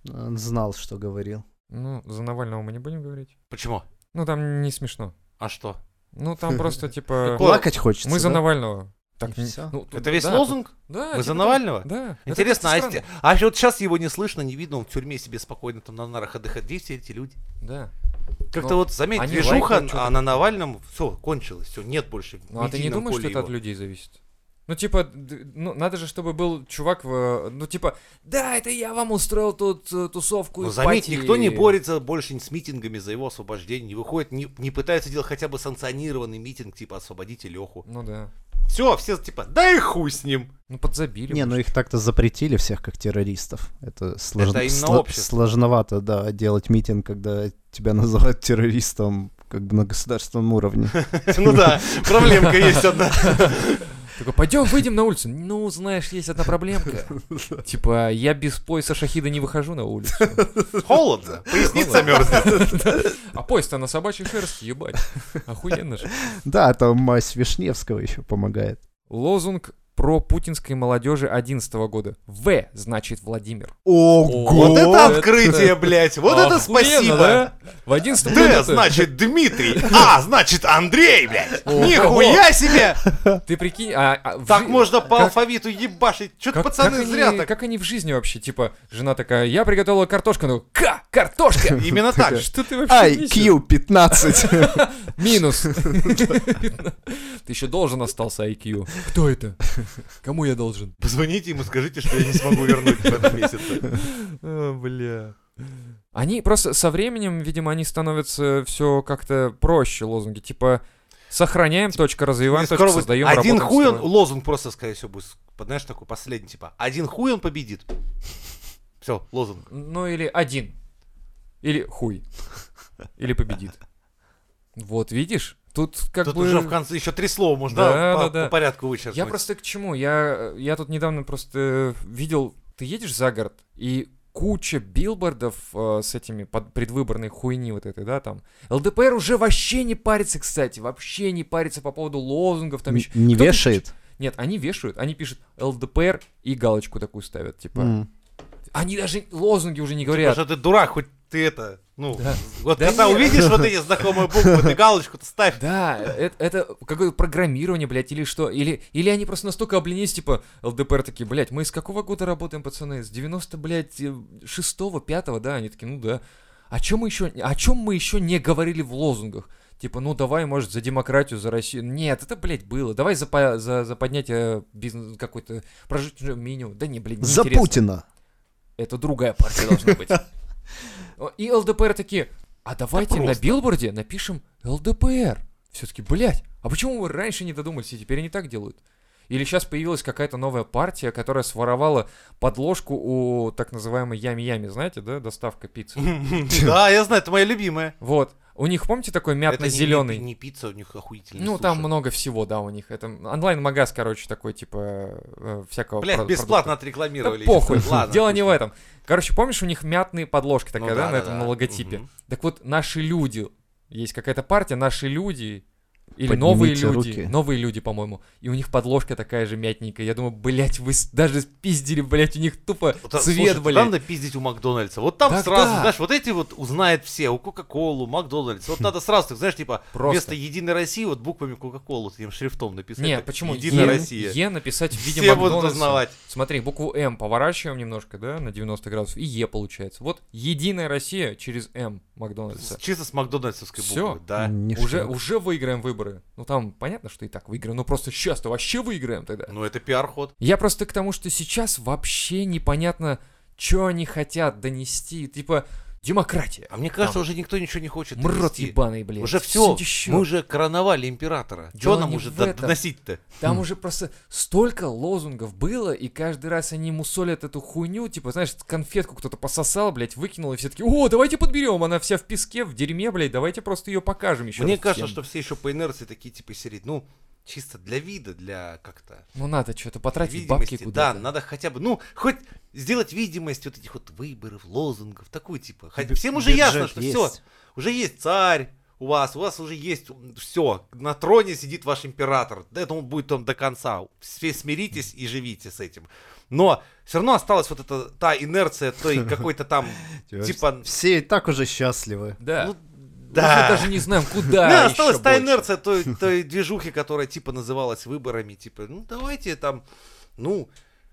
Speaker 3: Он знал, что говорил.
Speaker 1: Ну, за Навального мы не будем говорить.
Speaker 2: Почему?
Speaker 1: Ну там не смешно.
Speaker 2: А что?
Speaker 1: Ну там просто типа...
Speaker 2: Какой-
Speaker 3: Плакать хочется.
Speaker 1: Мы за
Speaker 3: да?
Speaker 1: Навального.
Speaker 3: И
Speaker 1: н-
Speaker 3: всё.
Speaker 1: ну, тут-
Speaker 2: Это весь
Speaker 1: да,
Speaker 2: лозунг?
Speaker 1: тут- Да.
Speaker 2: Вы
Speaker 1: типа
Speaker 2: за
Speaker 1: того.
Speaker 2: Навального?
Speaker 1: Да. Это
Speaker 2: Интересно, а,
Speaker 1: как-то
Speaker 2: если-
Speaker 1: странно.
Speaker 2: а вот сейчас его не слышно, не видно, он в тюрьме себе спокойно там на нарах отдыхает. Где все эти люди?
Speaker 1: Да.
Speaker 2: Как-то
Speaker 1: Ну,
Speaker 2: вот, заметь,
Speaker 1: они
Speaker 2: движуха,
Speaker 1: лайкают что-то.
Speaker 2: а на Навальном все, кончилось, все, нет больше. в
Speaker 1: Ну а ты не
Speaker 2: медийном
Speaker 1: думаешь, что
Speaker 2: поле
Speaker 1: это
Speaker 2: его.
Speaker 1: от людей зависит? Ну, типа, д- ну, надо же, чтобы был чувак, в, э, ну, типа, да, это я вам устроил тут э, тусовку.
Speaker 2: Но
Speaker 1: и
Speaker 2: Ну, заметь,
Speaker 1: пати».
Speaker 2: никто не борется больше с митингами за его освобождение, не выходит, не, не пытается делать хотя бы санкционированный митинг, типа «Освободите Леху».
Speaker 1: Ну да.
Speaker 2: Все, все типа «Да и хуй с ним!»
Speaker 1: Ну, подзабили.
Speaker 3: Не, ну
Speaker 1: может.
Speaker 3: их так-то запретили всех как террористов. Это, слож-
Speaker 2: Это именно
Speaker 3: сло-
Speaker 2: общество.
Speaker 3: сложновато, да, делать митинг, когда тебя называют террористом как бы на государственном уровне.
Speaker 2: Ну да, проблемка есть одна.
Speaker 1: Такой, пойдем, выйдем на улицу. Ну, знаешь, есть одна проблемка. Типа, я без пояса шахида не выхожу на улицу.
Speaker 2: Холодно, поясница мерзнет.
Speaker 1: А пояс-то на собачьей шерсти, ебать. Охуенно же.
Speaker 3: Да, там мазь Вишневского еще помогает.
Speaker 1: Лозунг про путинской молодежи 11 года. В значит Владимир.
Speaker 3: Ого!
Speaker 2: Вот это
Speaker 1: это-
Speaker 2: открытие, блядь, вот это
Speaker 1: Охуенно,
Speaker 2: спасибо.
Speaker 1: да? В 11 году
Speaker 2: Д,
Speaker 1: это-
Speaker 2: значит, Дмитрий. А, значит, Андрей, блядь.
Speaker 1: Ого.
Speaker 2: Нихуя себе!
Speaker 1: Ты прикинь, а... а в
Speaker 2: Так
Speaker 1: жи-
Speaker 2: можно по
Speaker 1: как-
Speaker 2: алфавиту ебашить. Чё-то
Speaker 1: Как, как
Speaker 2: пацаны
Speaker 1: они,
Speaker 2: зря так.
Speaker 1: как они в жизни вообще? Типа, жена такая, я приготовила картошку, ну, К, картошка!
Speaker 2: Именно так.
Speaker 1: Что ты вообще несешь?
Speaker 3: IQ 15.
Speaker 1: Минус. Ты еще должен остался IQ. Кто это? Кому я должен?
Speaker 2: Позвоните ему, скажите, что я не смогу вернуть в этом месяце.
Speaker 1: бля. Они просто со временем, видимо, они становятся все как-то проще лозунги. Типа сохраняем, точка, развиваем,
Speaker 2: Скоро
Speaker 1: точка,
Speaker 2: будет
Speaker 1: создаем,
Speaker 2: Один
Speaker 1: работаем,
Speaker 2: хуй он,
Speaker 1: строим.
Speaker 2: лозунг просто, скорее всего, будет, знаешь, такой последний, типа, один хуй он победит. Все, лозунг.
Speaker 1: Ну или один. Или хуй. Или победит. Вот, видишь? Тут как
Speaker 2: Тут
Speaker 1: бы...
Speaker 2: уже в конце еще три слова можно
Speaker 1: Да,
Speaker 2: по,
Speaker 1: да, да.
Speaker 2: по порядку вычеркнуть.
Speaker 1: Я просто к чему? Я, я тут недавно просто э, видел, ты едешь за город, и куча билбордов э, с этими под, предвыборной хуйни вот этой, да, там. ЛДПР уже вообще не парится, кстати, вообще не парится по поводу лозунгов там еще.
Speaker 3: Не
Speaker 1: Кто-то
Speaker 3: вешает?
Speaker 1: Нет, они вешают, они пишут ЛДПр и галочку такую ставят, типа.
Speaker 3: М.
Speaker 1: Они даже лозунги уже не
Speaker 2: Потому
Speaker 1: говорят.
Speaker 2: Типа, что ты дурак, хоть ты это, ну,
Speaker 1: Да.
Speaker 2: вот
Speaker 1: Да
Speaker 2: когда
Speaker 1: нет.
Speaker 2: увидишь вот эти знакомые буквы, ты галочку-то ставь.
Speaker 1: Да, это, это какое-то программирование, блядь, или что? Или, или они просто настолько обленились, типа, ЛДПР такие, блядь, мы с какого года работаем, пацаны? С 90, блядь, 6-го, 5 да? Они такие, ну да. О чем мы еще, о чем мы еще не говорили в лозунгах? Типа, ну давай, может, за демократию, за Россию. Нет, это, блядь, было. Давай за, по- за, за поднятие бизнес какой-то прожиточного минимума. Да не, блядь, не
Speaker 3: За Путина.
Speaker 1: это другая партия должна быть. О, И ЛДПР такие, а давайте на
Speaker 2: просто.
Speaker 1: билборде напишем ЛДПР. Все-таки, блядь, а почему вы раньше не додумались, и теперь они так делают? Или сейчас появилась какая-то новая партия, которая своровала подложку у так называемой Ями-Ями, знаете, да, доставка пиццы?
Speaker 2: Да, я знаю, это моя любимая.
Speaker 1: Вот. У них, помните, такой
Speaker 2: Это не-
Speaker 1: мятно-зеленый?
Speaker 2: Не пицца, у них охуительный
Speaker 1: Ну,
Speaker 2: суши.
Speaker 1: там много всего, да, у них. Это онлайн-магаз, короче, такой, типа, э, всякого
Speaker 2: Блядь,
Speaker 1: про- продукта.
Speaker 2: бесплатно
Speaker 1: Да
Speaker 2: отрекламировали.
Speaker 1: похуй,
Speaker 2: ещё. Ладно,
Speaker 1: дело не в
Speaker 2: пусть.
Speaker 1: этом. Короче, помнишь, у них мятные подложки такая,
Speaker 2: Ну
Speaker 1: да,
Speaker 2: да,
Speaker 1: на
Speaker 2: да,
Speaker 1: этом
Speaker 2: да.
Speaker 1: на логотипе?
Speaker 2: Мгм.
Speaker 1: Так вот, наши люди, есть какая-то партия, наши люди, или
Speaker 3: Поднимите
Speaker 1: новые люди,
Speaker 3: руки.
Speaker 1: новые люди, по-моему, и у них подложка такая же мятненькая. Я думаю, блять, вы с- даже пиздили, блять, у них тупо
Speaker 2: Вот, а,
Speaker 1: цвет,
Speaker 2: слушай,
Speaker 1: блять.
Speaker 2: Надо пиздить у Макдональдса. Вот там
Speaker 1: Так
Speaker 2: сразу,
Speaker 1: да.
Speaker 2: знаешь, вот эти вот узнают все. У Кока-Колу, Макдональдс. Вот надо сразу, так, знаешь, типа,
Speaker 1: Хм. Просто.
Speaker 2: вместо Единой России вот буквами Кока-Колу таким шрифтом написать.
Speaker 1: Нет,
Speaker 2: так,
Speaker 1: почему?
Speaker 2: Единая
Speaker 1: Е-
Speaker 2: Россия.
Speaker 1: Е написать в виде
Speaker 2: Все будут
Speaker 1: Макдональдса.
Speaker 2: узнавать.
Speaker 1: Смотри, букву М поворачиваем немножко, да, на 90 градусов, и Е получается. Вот единая Россия через М Макдональдса.
Speaker 2: С- Чисто с Макдональдсовской
Speaker 1: Всё.
Speaker 2: буквы, да.
Speaker 3: Ништяк.
Speaker 1: Уже, уже выиграем выборы. Ну там понятно, что и так выиграем, но просто сейчас-то вообще выиграем тогда.
Speaker 2: Ну, это пиар-ход.
Speaker 1: Я просто к тому, что сейчас вообще непонятно, что они хотят донести. Типа, демократия.
Speaker 2: А мне кажется, уже никто ничего не хочет.
Speaker 1: Мрот
Speaker 2: донести.
Speaker 1: ебаный, блядь.
Speaker 2: Уже все,
Speaker 1: Сидящё.
Speaker 2: мы уже короновали императора.
Speaker 1: Дело
Speaker 2: Что нам
Speaker 1: не
Speaker 2: уже
Speaker 1: в
Speaker 2: до-
Speaker 1: этом.
Speaker 2: доносить-то?
Speaker 1: Там уже просто столько лозунгов было, и каждый раз они мусолят эту хуйню, типа, знаешь, конфетку кто-то пососал, блядь, выкинул, и все таки о, давайте подберем, она вся в песке, в дерьме, блядь, давайте просто ее покажем еще.
Speaker 2: Мне кажется, что все еще по инерции такие типа серии, ну, чисто для вида, для как-то
Speaker 1: Ну надо что-то потратить бабки
Speaker 2: видимости. Да,
Speaker 1: куда-то.
Speaker 2: надо хотя бы, ну, хоть сделать видимость вот этих вот выборов, лозунгов, такую типа. Хоть-
Speaker 3: Бю-
Speaker 2: всем уже
Speaker 3: бюджет
Speaker 2: ясно, что все.
Speaker 3: есть.
Speaker 2: Уже есть царь у вас, у вас уже есть все. На троне сидит ваш император. Да это он будет там до конца. Все смиритесь и живите с этим. Но все равно осталась вот эта та инерция, той какой-то там, типа...
Speaker 3: Все и так уже счастливы.
Speaker 1: Да.
Speaker 2: ну,
Speaker 1: Уже
Speaker 2: да.
Speaker 1: даже не знаем,
Speaker 2: Да,
Speaker 1: куда ещё
Speaker 2: Ну, осталась та
Speaker 1: больше.
Speaker 2: инерция той, той движухи, которая типа называлась выборами, типа, ну давайте там, ну,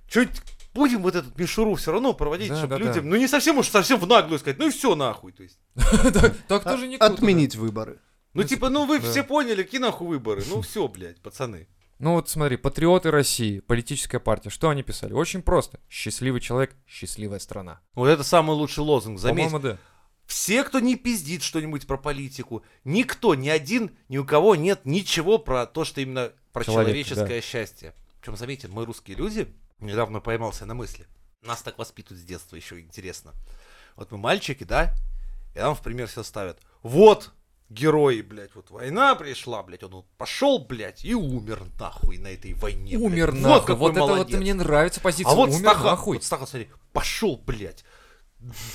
Speaker 2: чуть будем вот эту мишуру все равно проводить,
Speaker 1: Да,
Speaker 2: чтобы
Speaker 1: да,
Speaker 2: людям, ну не совсем уж совсем в наглую сказать, ну и все нахуй, то есть.
Speaker 1: Так- Так тоже не круто, да.
Speaker 3: А, Отменить выборы.
Speaker 2: Ну
Speaker 1: Ну,
Speaker 2: типа, ну вы
Speaker 1: да.
Speaker 2: все поняли, какие нахуй выборы, ну все, блядь, пацаны.
Speaker 1: Ну вот смотри, патриоты России, политическая партия, что они писали? Очень просто. Счастливый человек, счастливая страна.
Speaker 2: Вот это самый лучший лозунг, заметь.
Speaker 1: По-моему, да.
Speaker 2: Все, кто не пиздит что-нибудь про политику, никто, ни один, ни у кого нет ничего про то, что именно про
Speaker 1: Человек,
Speaker 2: человеческое счастье. Причем, заметьте, мы русские люди, недавно поймался на мысли. Нас так воспитывают с детства, еще интересно. Вот мы мальчики, да, и нам в пример все ставят. Вот, герои, блядь, вот война пришла, блядь, он вот пошел, блядь, и умер нахуй на этой войне. блядь.
Speaker 1: умер нахуй.
Speaker 2: какой
Speaker 1: Вот, это
Speaker 2: молодец.
Speaker 1: вот мне нравится позиция.
Speaker 2: А вот
Speaker 1: умер
Speaker 2: Стахан,
Speaker 1: нахуй.
Speaker 2: вот Стахан, смотри, пошел, блядь,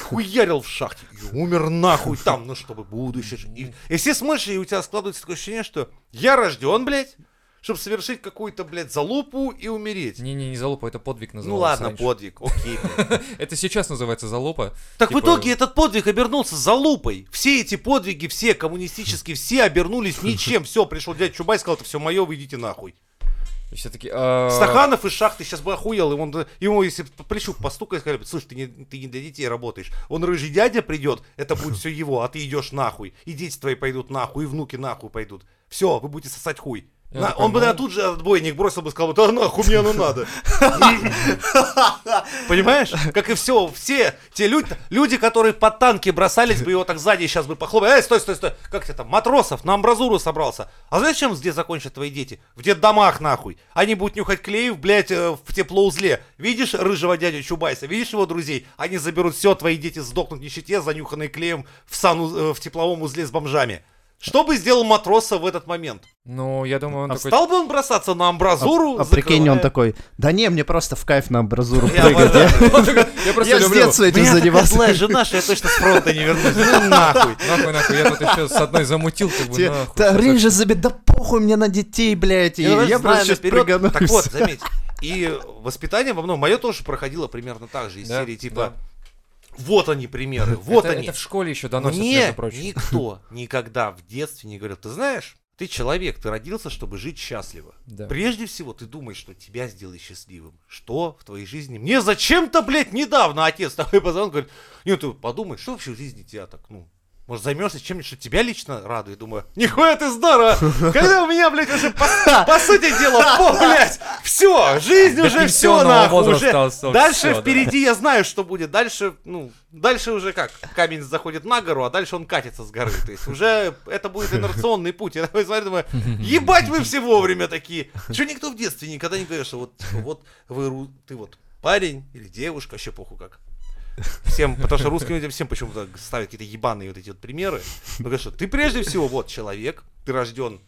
Speaker 2: хуярил в шахте и умер нахуй там, ну чтобы будущее. ж- И, и все смотришь, и у тебя складывается такое ощущение, что я рожден, блядь, чтобы совершить какую-то, блядь, залупу и умереть.
Speaker 1: Не-не, не залупа, это подвиг
Speaker 2: ну
Speaker 1: называется.
Speaker 2: ладно,
Speaker 1: раньше.
Speaker 2: подвиг, окей. блядь.
Speaker 1: Это сейчас называется залупа.
Speaker 2: Так в
Speaker 1: Типа-
Speaker 2: итоге этот подвиг обернулся залупой. Все эти подвиги, все коммунистические, все обернулись ничем. Все, пришел дядя Чубай, сказал, это все мое, вы идите нахуй.
Speaker 1: И все таки а,
Speaker 2: Стаханов из шахты сейчас бы охуел, и он, бы- ему если б по плечу постукать, сказали бы, слушай, ты не, ты не для детей работаешь. Он рыжий дядя придет, это будет все его, а ты идешь нахуй. И дети твои пойдут нахуй, и внуки нахуй пойдут. Все, вы будете сосать хуй.
Speaker 1: Я
Speaker 2: На-
Speaker 1: такой,
Speaker 2: он бы
Speaker 1: ну.
Speaker 2: на тут же отбойник бросил бы, сказал бы, да нахуй мне оно надо. Понимаешь? Как и все, все те люди, люди, которые под танки бросались бы, его так сзади сейчас бы похлопали. Эй, стой, стой, стой. Как ты там, матросов, на амбразуру собрался. А знаешь, чем где закончат твои дети? В детдомах, нахуй. Они будут нюхать клеев, блядь, э, в теплоузле. Видишь рыжего дядю Чубайса, видишь его друзей? Они заберут все, твои дети сдохнут в нищете, занюханные клеем в, сану, э, в тепловом узле с бомжами. Что бы сделал матроса в этот момент?
Speaker 1: Ну, я думаю, он
Speaker 3: А
Speaker 1: такой...
Speaker 2: Стал бы он бросаться на амбразуру?
Speaker 3: А, а прикинь, он
Speaker 2: закрывая-
Speaker 3: такой, да не, мне просто в кайф на абразуру
Speaker 2: Я
Speaker 3: прыгать.
Speaker 2: обожаю.
Speaker 3: я-
Speaker 1: Я просто
Speaker 3: Я с
Speaker 1: люблю...
Speaker 3: детства этим
Speaker 2: Меня такая
Speaker 3: занимался.
Speaker 2: злая жена, что я точно с фронта не вернусь. Ну нахуй.
Speaker 1: Нахуй, нахуй, я тут еще с одной замутил, как бы,
Speaker 3: Те-
Speaker 1: нахуй.
Speaker 3: Да
Speaker 1: что
Speaker 3: рыжий забит, да похуй мне на детей, блядь, и
Speaker 2: Я даже
Speaker 3: я
Speaker 2: знаю
Speaker 3: просто сейчас
Speaker 2: наперед.
Speaker 3: приганусь.
Speaker 2: Так вот, заметь. И воспитание во многом, мое тоже проходило примерно так же из
Speaker 1: Да,
Speaker 2: серии
Speaker 1: да.
Speaker 2: типа вот они примеры,
Speaker 1: так?
Speaker 2: вот
Speaker 1: Это-
Speaker 2: они.
Speaker 1: Это в школе еще доносят,
Speaker 2: Мне
Speaker 1: между прочим.
Speaker 2: никто никогда в детстве не говорил, ты знаешь, ты человек, ты родился, чтобы жить счастливо.
Speaker 1: Да.
Speaker 2: Прежде всего, ты думаешь, что тебя сделает счастливым. Что в твоей жизни? Мне зачем-то, блядь, недавно отец такой позвонил, говорит, нет, ты подумай, что вообще в жизни тебя так, ну, может, займешься чем-нибудь, что тебя лично радует. Думаю, нихуя ты здорово! Когда у меня, блядь, уже по, по сути дела, по, блядь, все, жизнь
Speaker 1: Да
Speaker 2: уже все
Speaker 1: пенсионного
Speaker 2: нахуй.
Speaker 1: возраста
Speaker 2: уже
Speaker 1: осталось,
Speaker 2: дальше
Speaker 1: всё, да.
Speaker 2: впереди я знаю, что будет. Дальше, ну, дальше уже как, камень заходит на гору, а дальше он катится с горы. То есть уже это будет инерционный путь. Я такой смотрю, думаю, ебать вы все вовремя такие. Че никто в детстве никогда не говорил, что вот, типа, вот вы, ру- ты вот парень или девушка, вообще похуй как. Всем, потому что русским людям всем почему-то ставят какие-то ебаные вот эти вот примеры. Ну, конечно, ты прежде всего вот человек, ты рожден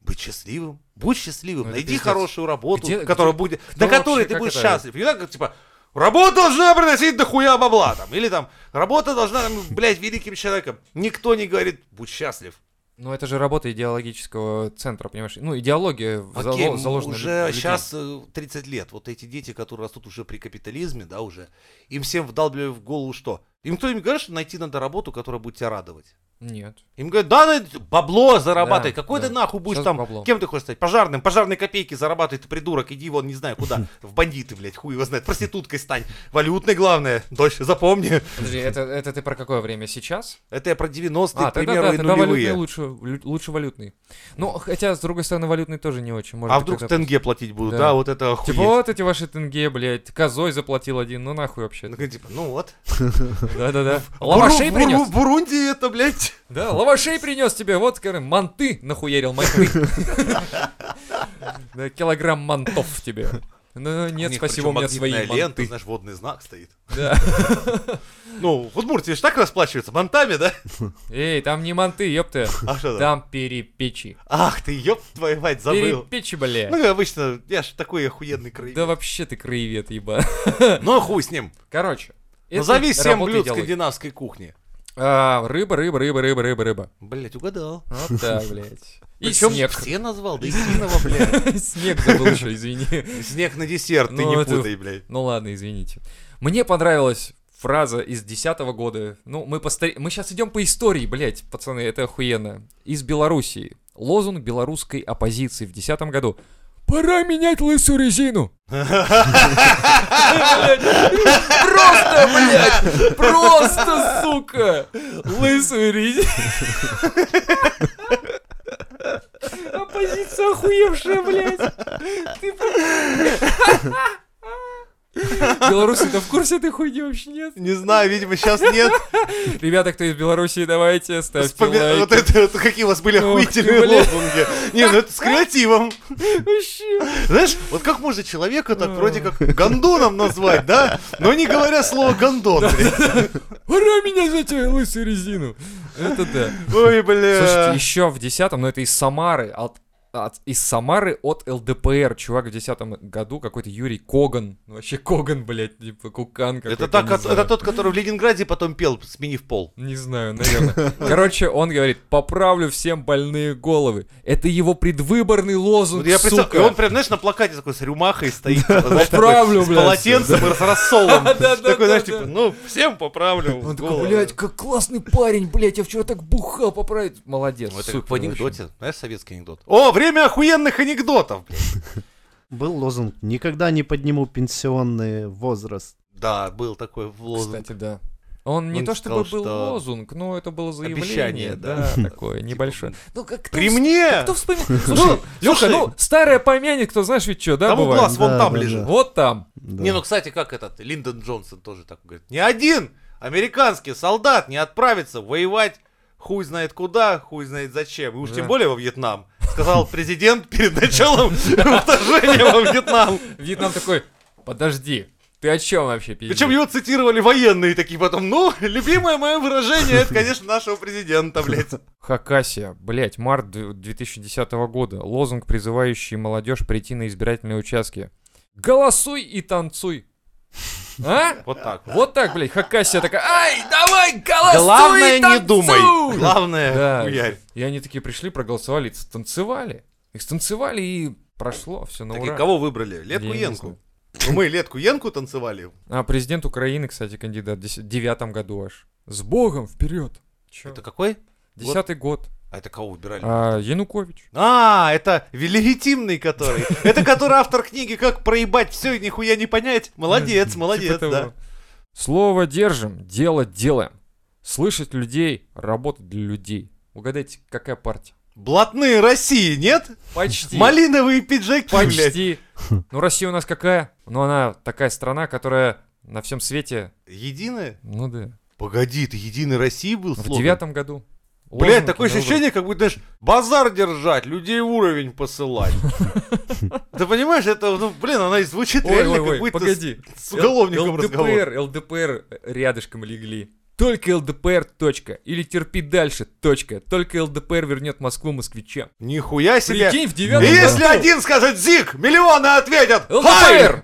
Speaker 2: быть счастливым, будь счастливым,
Speaker 1: Ну, это
Speaker 2: найди
Speaker 1: пиздец.
Speaker 2: хорошую работу,
Speaker 1: Где-
Speaker 2: которая
Speaker 1: где-
Speaker 2: будет,
Speaker 1: кто
Speaker 2: до которой
Speaker 1: вообще,
Speaker 2: ты
Speaker 1: как
Speaker 2: будешь
Speaker 1: это-
Speaker 2: счастлив. Не так, как, типа, работа должна приносить дохуя бабла там, или там, работа должна, там, блядь, великим человеком. Никто не говорит, будь счастлив.
Speaker 1: Ну, это же работа идеологического центра, понимаешь? Ну, идеология
Speaker 2: Окей, ну,
Speaker 1: зало- заложена.
Speaker 2: уже
Speaker 1: людьми.
Speaker 2: сейчас 30 лет, вот эти дети, которые растут уже при капитализме, да, уже, им всем вдалбливали в голову что? Им кто-нибудь говорит, что найти надо работу, которая будет тебя радовать?
Speaker 1: Нет.
Speaker 2: Им говорят, да, ну, бабло зарабатывай.
Speaker 1: Да,
Speaker 2: Какой ты
Speaker 1: да.
Speaker 2: нахуй будешь
Speaker 1: Сейчас
Speaker 2: там?
Speaker 1: бабло.
Speaker 2: Кем ты хочешь стать? Пожарным. Пожарные копейки зарабатывай, ты придурок. Иди вон, не знаю куда. В бандиты, блядь, хуй его знает. Проституткой стань. Валютной, главное. Дочь, запомни.
Speaker 1: Подожди, это, это ты про какое время сейчас?
Speaker 2: Это я про 90-е,
Speaker 1: а, тогда,
Speaker 2: примеры
Speaker 1: да,
Speaker 2: и
Speaker 1: тогда валютный
Speaker 2: нулевые.
Speaker 1: лучше, лю- лучше валютный. Ну, хотя, с другой стороны, валютный тоже не очень. Может
Speaker 2: А
Speaker 1: быть,
Speaker 2: вдруг в
Speaker 1: это-
Speaker 2: тенге платить будут,
Speaker 1: Да.
Speaker 2: да, вот это охуеть.
Speaker 1: Типа, вот эти ваши тенге, блядь, козой заплатил один, ну нахуй вообще.
Speaker 2: Ну, типа, ну вот.
Speaker 1: Да-да-да. Лавашей
Speaker 2: Буру- Буру-
Speaker 1: А принес.
Speaker 2: Бурунди это, блядь.
Speaker 1: Да, лавашей принес тебе, вот, скажем, манты нахуярил, манты. Да, килограмм мантов тебе. Ну,
Speaker 2: У
Speaker 1: нет,
Speaker 2: них
Speaker 1: спасибо, у
Speaker 2: причем
Speaker 1: меня свои
Speaker 2: магнитная лента,
Speaker 1: манты.
Speaker 2: знаешь, водный знак стоит.
Speaker 1: Да.
Speaker 2: Ну, в Удмуртии же так расплачиваются, мантами, да?
Speaker 1: Эй, там не манты, ёпта.
Speaker 2: А что там?
Speaker 1: Там перепечи.
Speaker 2: Ах ты, ёб твою мать, забыл.
Speaker 1: Перепечи, бля.
Speaker 2: Ну, обычно, я ж такой охуенный краевед.
Speaker 1: Да вообще ты краевед, еба.
Speaker 2: Ну, хуй с ним.
Speaker 1: Короче. это
Speaker 2: Назови семь
Speaker 1: работа
Speaker 2: блюд
Speaker 1: идеологии.
Speaker 2: скандинавской кухни.
Speaker 1: А, Рыба, рыба, рыба, рыба, рыба, рыба.
Speaker 2: Блять, угадал.
Speaker 1: Вот так, блядь. И
Speaker 2: Причём
Speaker 1: снег.
Speaker 2: все назвал, да и Синова, блядь.
Speaker 1: Снег забыл еще, извини.
Speaker 2: Снег на десерт, ты
Speaker 1: Ну,
Speaker 2: не
Speaker 1: это-
Speaker 2: путай, блядь.
Speaker 1: Ну ладно, извините. Мне понравилась фраза из 10 года. Ну, мы постар... мы сейчас идем по истории, блядь, пацаны, это охуенно. Из Белоруссии. Лозунг белорусской оппозиции в 10 году. Пора менять лысую резину. Просто, блядь, просто, сука, лысую резину. Оппозиция охуевшая, блядь. Ты Белорусы-то в курсе этой хуйни вообще нет?
Speaker 2: Не знаю, видимо, сейчас нет.
Speaker 1: Ребята, кто из Белоруссии, давайте, ставьте
Speaker 2: Вспоми-
Speaker 1: лайки.
Speaker 2: Вот это, вот какие у вас были
Speaker 1: Ох ты,
Speaker 2: охуительные
Speaker 1: блядь.
Speaker 2: лозунги. Не, ну это с креативом.
Speaker 1: Вообще.
Speaker 2: Знаешь, вот как можно человека так
Speaker 1: А.
Speaker 2: вроде как гондоном назвать, да? Но не говоря слово гондон, блядь.
Speaker 1: Пора меня взять э, лысую резину. Это да.
Speaker 2: Ой, бля.
Speaker 1: Слушайте, еще в 10 но это из Самары, от, от- из Самары от ЛДПР. Чувак в 10 году какой-то Юрий Коган. Ну, вообще Коган, блядь, типа Кукан какой-то.
Speaker 2: Это, так,
Speaker 1: не
Speaker 2: кот-
Speaker 1: знаю.
Speaker 2: это тот, который в Ленинграде потом пел, сменив пол.
Speaker 1: Не знаю, наверное. Короче, он говорит, поправлю всем больные головы. Это его предвыборный лозунг,
Speaker 2: Вот я представ-
Speaker 1: Ну, сука.
Speaker 2: И он прям, знаешь, на плакате такой с рюмахой стоит, типа, знаешь, такой,
Speaker 1: Поправлю,
Speaker 2: с
Speaker 1: блядь,
Speaker 2: полотенцем и с рассолом.
Speaker 1: Да-да-да-да-да.
Speaker 2: Такой, знаешь, типа, ну, всем поправлю.
Speaker 1: Он такой,
Speaker 2: голову».
Speaker 1: блядь, как классный парень, блядь, я вчера так бухал, поправить. Молодец,
Speaker 2: Ну, это
Speaker 1: супер
Speaker 2: как в анекдоте, знаешь, советский анекдот. О, время охуенных анекдотов, блядь.
Speaker 3: Был лозунг «Никогда не подниму пенсионный возраст».
Speaker 2: Да, был такой в
Speaker 1: вообще.
Speaker 2: лозунг. Ну,
Speaker 1: Кстати, да. Он не
Speaker 2: Он
Speaker 1: то чтобы
Speaker 2: сказал,
Speaker 1: был
Speaker 2: что
Speaker 1: лозунг, но это было заявление.
Speaker 2: Обещание, да. Типа
Speaker 1: такое небольшое. Ну, как кто
Speaker 2: При
Speaker 1: вс-
Speaker 2: мне!
Speaker 1: Кто вспоминает?
Speaker 2: Ну,
Speaker 1: Слушай, Лёха, ну, старая помянет, кто знаешь ведь что, да,
Speaker 2: Тому
Speaker 1: бывает?
Speaker 2: глаз вон
Speaker 3: Да,
Speaker 2: там
Speaker 3: да,
Speaker 2: лежит.
Speaker 3: да.
Speaker 1: Вот там.
Speaker 3: Да.
Speaker 2: Не, ну, кстати, как этот, Линдон Джонсон тоже так говорит. Ни один американский солдат не отправится воевать хуй знает куда, хуй знает зачем. И уж
Speaker 1: Да.
Speaker 2: тем более во Вьетнам. Сказал президент перед началом вторжения во Вьетнам.
Speaker 1: Вьетнам такой, подожди, ты о чем вообще пиздишь?
Speaker 2: Причем его цитировали военные такие потом. Ну, любимое мое выражение, это, конечно, нашего президента, блядь.
Speaker 1: Хакасия, блять, март д- 2010 года. Лозунг, призывающий молодежь прийти на избирательные участки. Голосуй и танцуй. А?
Speaker 2: Вот так.
Speaker 1: Вот так, блядь, Хакасия такая, ай, давай, голосуй
Speaker 2: Главное,
Speaker 1: и
Speaker 2: не
Speaker 1: танцуй!»
Speaker 2: думай. Главное,
Speaker 1: Да.
Speaker 2: хуярь.
Speaker 1: И они такие пришли, проголосовали, и станцевали. Их станцевали и прошло, все на
Speaker 2: Так и
Speaker 1: ура.
Speaker 2: кого выбрали? Летку
Speaker 1: Я не
Speaker 2: Янку.
Speaker 1: знаю.
Speaker 2: Ну, мы Летку Янку танцевали.
Speaker 1: А президент Украины, кстати, кандидат в 2009 году аж. С богом, вперед! Чё?
Speaker 2: Это какой?
Speaker 1: Десятый год.
Speaker 2: А это кого выбирали?
Speaker 1: А, Янукович.
Speaker 2: А, это легитимный который. Это который автор книги «Как проебать все и нихуя не понять». Молодец,
Speaker 1: Типа
Speaker 2: молодец,
Speaker 1: того.
Speaker 2: да.
Speaker 1: Слово держим, дело делаем. Слышать людей, работать для людей. Угадайте, какая партия?
Speaker 2: Блатные России, нет?
Speaker 1: Почти.
Speaker 2: Малиновые пиджаки, блядь.
Speaker 1: Почти. Ну, Россия у нас какая? Ну, она такая страна, которая на всем свете...
Speaker 2: Единая?
Speaker 1: Ну да.
Speaker 2: Погоди, ты Единой России был
Speaker 1: В
Speaker 2: слоган?
Speaker 1: девятом году.
Speaker 2: Блядь,
Speaker 1: Лозунги
Speaker 2: такое
Speaker 1: на выборах.
Speaker 2: ощущение, как будто, знаешь, базар держать, людей в уровень посылать. Ты понимаешь, это, ну, блин, она и звучит
Speaker 1: Ой,
Speaker 2: реально,
Speaker 1: ой,
Speaker 2: как
Speaker 1: ой,
Speaker 2: будто с-
Speaker 1: погоди.
Speaker 2: с уголовником разговор.
Speaker 1: ЛДПР, ЛДПР рядышком легли. Только ЛДПР, точка. Или терпи дальше, точка. Только ЛДПР вернет Москву москвичам.
Speaker 2: Нихуя себе.
Speaker 1: Прикинь, в
Speaker 2: И
Speaker 1: девятом
Speaker 2: если
Speaker 1: году-
Speaker 2: один скажет «Зик», миллионы ответят «Хай!»
Speaker 1: ЛДПР!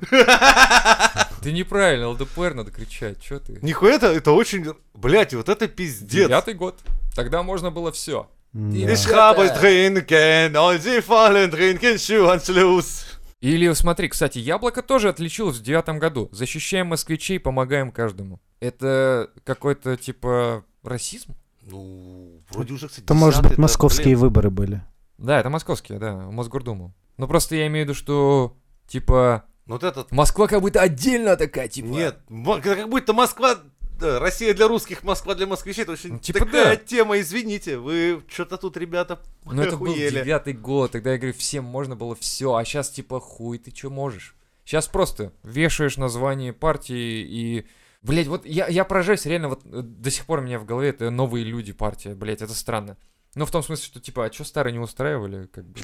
Speaker 1: Ты неправильно, ЛДПР надо кричать, чё ты?
Speaker 2: Нихуя это, это очень... Блять, вот это пиздец.
Speaker 1: Девятый год. Тогда можно было все.
Speaker 3: Да.
Speaker 2: Ich habe trinken, und sie fallen trinken Schuhanschluss.
Speaker 1: Или смотри, кстати, яблоко тоже отличилось в девятом году. Защищаем москвичей, помогаем каждому. Это какой-то типа расизм?
Speaker 2: Ну, вроде уже, кстати,
Speaker 3: Это, может быть,
Speaker 2: десятый,
Speaker 3: московские
Speaker 2: блин.
Speaker 3: выборы были.
Speaker 1: Да, это московские, да, в Мосгордуму. Ну просто я имею в виду, что типа
Speaker 2: Ну, Вот этот...
Speaker 1: Москва как будто отдельно такая, типа.
Speaker 2: Нет, мо- как будто Москва... да, Россия для русских, Москва для москвичей. Это очень
Speaker 1: Ну, типа да.
Speaker 2: такая тема, извините. Вы что-то тут, ребята,
Speaker 1: Но ну, это был
Speaker 2: охуели.
Speaker 1: девятый год, тогда я говорю, всем можно было все, а сейчас типа хуй ты что можешь. Сейчас просто вешаешь название партии и... Блять, вот я, я поражаюсь, реально, вот э, до сих пор у меня в голове это новые люди партия, блять, это странно. Ну, в том смысле, что типа, а что старые не устраивали, как бы?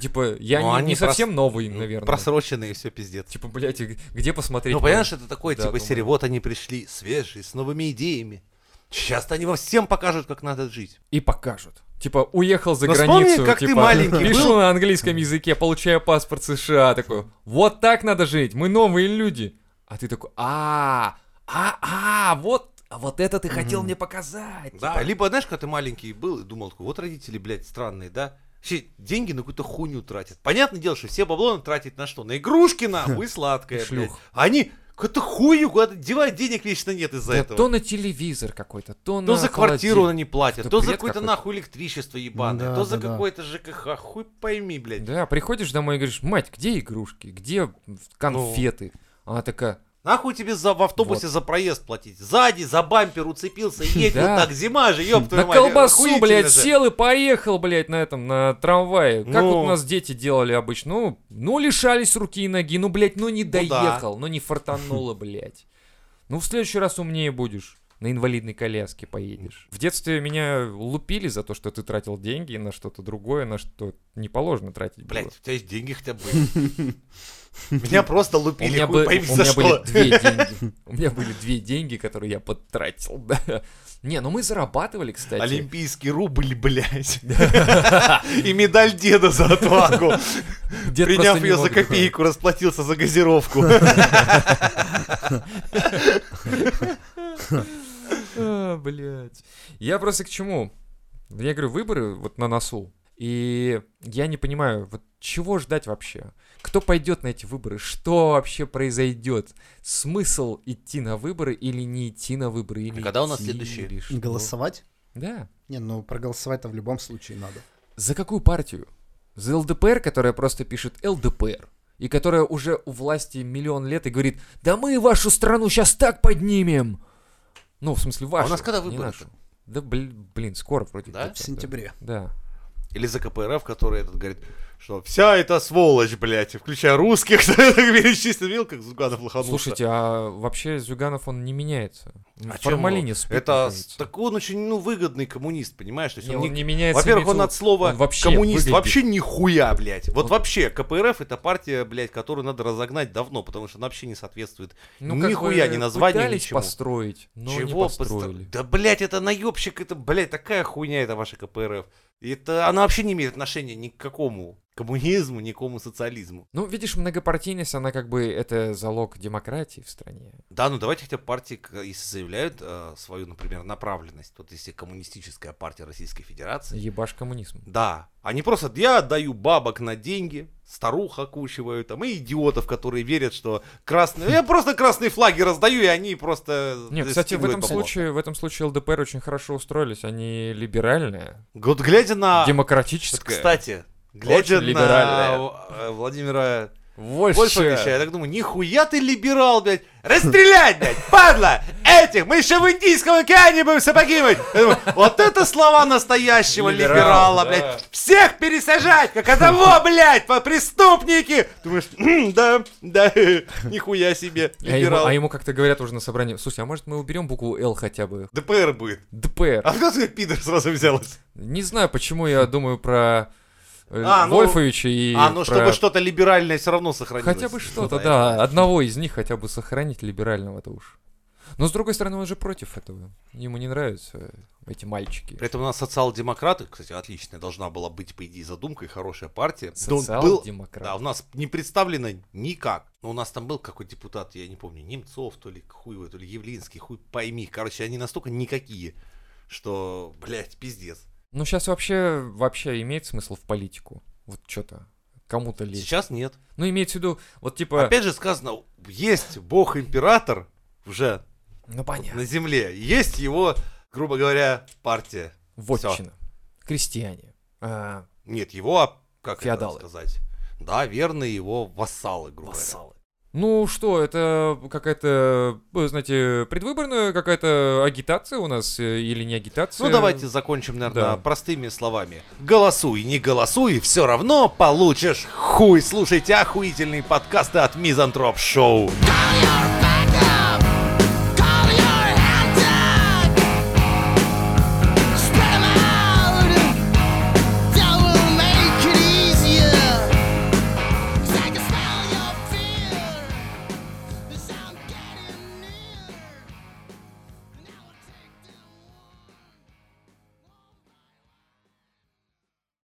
Speaker 1: Типа, я
Speaker 2: Ну,
Speaker 1: не-
Speaker 2: они
Speaker 1: не совсем новый,
Speaker 2: Ну,
Speaker 1: наверное.
Speaker 2: Просроченные все пиздец.
Speaker 1: Типа, блять, где посмотреть?
Speaker 2: Ну, понимаешь, это такое,
Speaker 1: Да,
Speaker 2: типа,
Speaker 1: думаю.
Speaker 2: серии, вот они пришли, свежие, с новыми идеями. Сейчас они вам всем покажут, как надо жить.
Speaker 1: и покажут. Типа, уехал за
Speaker 2: Ну, вспомни,
Speaker 1: границу.
Speaker 2: как ты
Speaker 1: типа,
Speaker 2: маленький
Speaker 1: Пишу
Speaker 2: был.
Speaker 1: на английском языке, получаю паспорт США. Такой, вот так надо жить, мы новые люди. А ты такой, а, а, а, вот, а вот это ты хотел мне показать.
Speaker 2: Да, Типа, либо, знаешь, когда ты маленький был и думал, такой, вот родители, блядь, странные, да? Вообще деньги на какую-то хуйню тратят. Понятное дело, что все бабло надо тратить на что? На игрушки, нахуй, и сладкое,
Speaker 1: И
Speaker 2: блядь.
Speaker 1: шлюх.
Speaker 2: А Они какую-то хуйню куда-то девать денег вечно нет из-за
Speaker 1: Да то
Speaker 2: этого.
Speaker 1: на телевизор какой-то, то на
Speaker 2: То Ну, за квартиру
Speaker 1: холодильник.
Speaker 2: они платят,
Speaker 1: Да
Speaker 2: то за
Speaker 1: бред
Speaker 2: какое-то
Speaker 1: какой-то.
Speaker 2: нахуй электричество ебаное,
Speaker 3: Да,
Speaker 2: то за
Speaker 3: да, да.
Speaker 2: какое-то ЖКХ, хуй пойми, блядь.
Speaker 1: Да, приходишь домой и говоришь, мать, где игрушки, где
Speaker 2: Ну.
Speaker 1: конфеты? Она такая,
Speaker 2: Нахуй тебе за, в автобусе
Speaker 1: Вот.
Speaker 2: за проезд платить. Сзади за бампер уцепился, едет
Speaker 1: Да.
Speaker 2: так, зима же, ёб твою
Speaker 1: на
Speaker 2: мать.
Speaker 1: колбасу,
Speaker 2: охуительно
Speaker 1: блядь,
Speaker 2: же.
Speaker 1: сел и поехал, блядь, на этом, на трамвае. Как
Speaker 2: Ну.
Speaker 1: вот у нас дети делали обычно. Ну, ну, лишались руки и ноги, ну, блядь, ну не
Speaker 2: да.
Speaker 1: доехал, ну не фартануло, блядь. Ну, в следующий раз умнее будешь. на инвалидной коляске поедешь. В детстве меня лупили за то, что ты тратил деньги на что-то другое, на что не положено тратить было.
Speaker 2: Блять, у тебя есть деньги хотя бы. Меня просто
Speaker 1: У
Speaker 2: лупили,
Speaker 1: меня, бы-
Speaker 2: хуй
Speaker 1: у
Speaker 2: пойми за
Speaker 1: меня были
Speaker 2: что.
Speaker 1: две деньги. У меня были две деньги, которые я потратил, да. Не, ну мы зарабатывали, кстати.
Speaker 2: Олимпийский рубль, блядь. И медаль деда за отвагу.
Speaker 1: Дед
Speaker 2: Приняв
Speaker 1: просто не
Speaker 2: ее за
Speaker 1: мог-
Speaker 2: копейку, расплатился за газировку.
Speaker 1: А, блядь. Я просто к чему? Я говорю, выборы вот на носу. И я не понимаю, вот чего ждать вообще? Кто пойдет на эти выборы? Что вообще произойдет? Смысл идти на выборы или не идти на выборы? Или
Speaker 2: А когда у нас
Speaker 1: идти,
Speaker 2: следующие?
Speaker 1: или что?
Speaker 3: Голосовать?
Speaker 1: Да.
Speaker 3: Не, ну проголосовать-то в любом случае надо.
Speaker 1: За какую партию? За ЛДПР, которая просто пишет ЛДПР, и которая уже у власти миллион лет и говорит, да мы вашу страну сейчас так поднимем. Ну, в смысле, вашу.
Speaker 2: А у нас когда
Speaker 1: не
Speaker 2: выборы?
Speaker 1: нашу. Да, блин, блин, скоро вроде.
Speaker 2: Да?
Speaker 1: где-то,
Speaker 3: В сентябре.
Speaker 1: Да.
Speaker 2: Или за КПРФ, который этот говорит, что вся эта сволочь, блядь, включая русских, так перечислил, как Зуганов лоханулся.
Speaker 1: Слушайте, а вообще Зюганов, он не меняется.
Speaker 2: А чем
Speaker 1: Формалине
Speaker 2: вот?
Speaker 1: спит, мне
Speaker 2: Это с-
Speaker 1: кажется.
Speaker 2: так он очень ну, выгодный коммунист, понимаешь? То есть
Speaker 1: Не,
Speaker 2: он
Speaker 1: он
Speaker 2: ни-
Speaker 1: не меняется.
Speaker 2: Во-первых,
Speaker 1: имеется
Speaker 2: он
Speaker 1: в
Speaker 2: от
Speaker 1: виду,
Speaker 2: слова
Speaker 1: он вообще
Speaker 2: коммунист
Speaker 1: выглядит-
Speaker 2: вообще нихуя, блядь. Вот
Speaker 1: Он-
Speaker 2: вообще, КПРФ это партия, блядь, которую надо разогнать давно, потому что она вообще не соответствует
Speaker 1: ну, как
Speaker 2: нихуя
Speaker 1: бы
Speaker 2: ни названию,
Speaker 1: пытались
Speaker 2: ничему.
Speaker 1: построить, но не
Speaker 2: постро-
Speaker 1: построили.
Speaker 2: Да, блядь, это наебщик, это, блядь, такая хуйня, это ваша КПРФ. И Это она вообще не имеет отношения ни к какому коммунизму, ни к какому социализму.
Speaker 1: Ну, видишь, многопартийность, она как бы это залог демократии в стране.
Speaker 2: Да, ну давайте хотя бы партии, к- если заявляют э, свою, например, направленность, вот если коммунистическая партия Российской Федерации,
Speaker 1: Ебашь коммунизм.
Speaker 2: Да, они просто, я отдаю бабок на деньги, старух окучиваю там, и идиотов, которые верят, что красные... Я просто красные флаги раздаю, и они просто...
Speaker 1: Не, кстати, в
Speaker 2: скидывают
Speaker 1: этом
Speaker 2: бабло.
Speaker 1: случае, в этом случае ЛДПР очень хорошо устроились. Они либеральные,
Speaker 2: Вот глядя на... Вот,
Speaker 1: демократические.
Speaker 2: А, кстати, глядя
Speaker 1: Очень либеральная.
Speaker 2: на э, Владимира
Speaker 1: Вольше.
Speaker 2: Вольфовича, я так думаю, нихуя ты либерал, блядь, расстрелять, блядь, падла, этих, мы еще в Индийском океане будем сапоги мыть. Я думаю, Вот это слова настоящего
Speaker 1: Либерал,
Speaker 2: либерала,
Speaker 1: да.
Speaker 2: блядь, всех пересажать, как одного, блядь, по преступники. Думаешь, «М, да, да, нихуя себе,
Speaker 1: А ему,
Speaker 2: либерал.
Speaker 1: а ему как-то говорят уже на собрании, слушай, а может мы уберем букву Л хотя бы?
Speaker 2: ДПР будет.
Speaker 1: ДПР.
Speaker 2: А кто тебе пидор сразу взялась?
Speaker 1: Не знаю, почему я думаю про э,
Speaker 2: А, ну-
Speaker 1: Вольфовича и
Speaker 2: А, ну
Speaker 1: про-
Speaker 2: чтобы что-то либеральное все равно сохранилось.
Speaker 1: Хотя бы что-то, да. Одного из них хотя бы сохранить либерального-то уж. Но с другой стороны, он же против этого. Ему не нравятся э, эти мальчики.
Speaker 2: При этом у нас социал-демократы, кстати, отличная должна была быть, по идее, задумка и хорошая партия. Да он был-
Speaker 1: Социал-демократ.
Speaker 2: Да, у нас не представлено никак. Но у нас там был какой депутат, я не помню, Немцов, то ли хуй его, то ли Явлинский, хуй пойми. Короче, они настолько никакие, что, блядь, пиздец.
Speaker 1: Ну, сейчас вообще, вообще имеет смысл в политику. Вот что-то. Кому-то лезть.
Speaker 2: Сейчас нет.
Speaker 1: Ну, имеется в виду, вот типа...
Speaker 2: Опять же сказано, есть бог-император уже
Speaker 1: Ну, понятно.
Speaker 2: на земле, есть его, грубо говоря, партия.
Speaker 1: Вотчина. Крестьяне. А,
Speaker 2: Нет, его, а как
Speaker 1: Феодалы.
Speaker 2: это сказать? Да, верно, его вассалы, грубо
Speaker 1: вассалы. Ну что, это какая-то, вы знаете, предвыборная какая-то агитация у нас э, или не агитация?
Speaker 2: Ну, давайте закончим, наверное,
Speaker 1: да.
Speaker 2: простыми словами. Голосуй, не голосуй, все равно получишь хуй. Слушайте охуительные подкасты от Мизантроп Шоу.
Speaker 4: Call your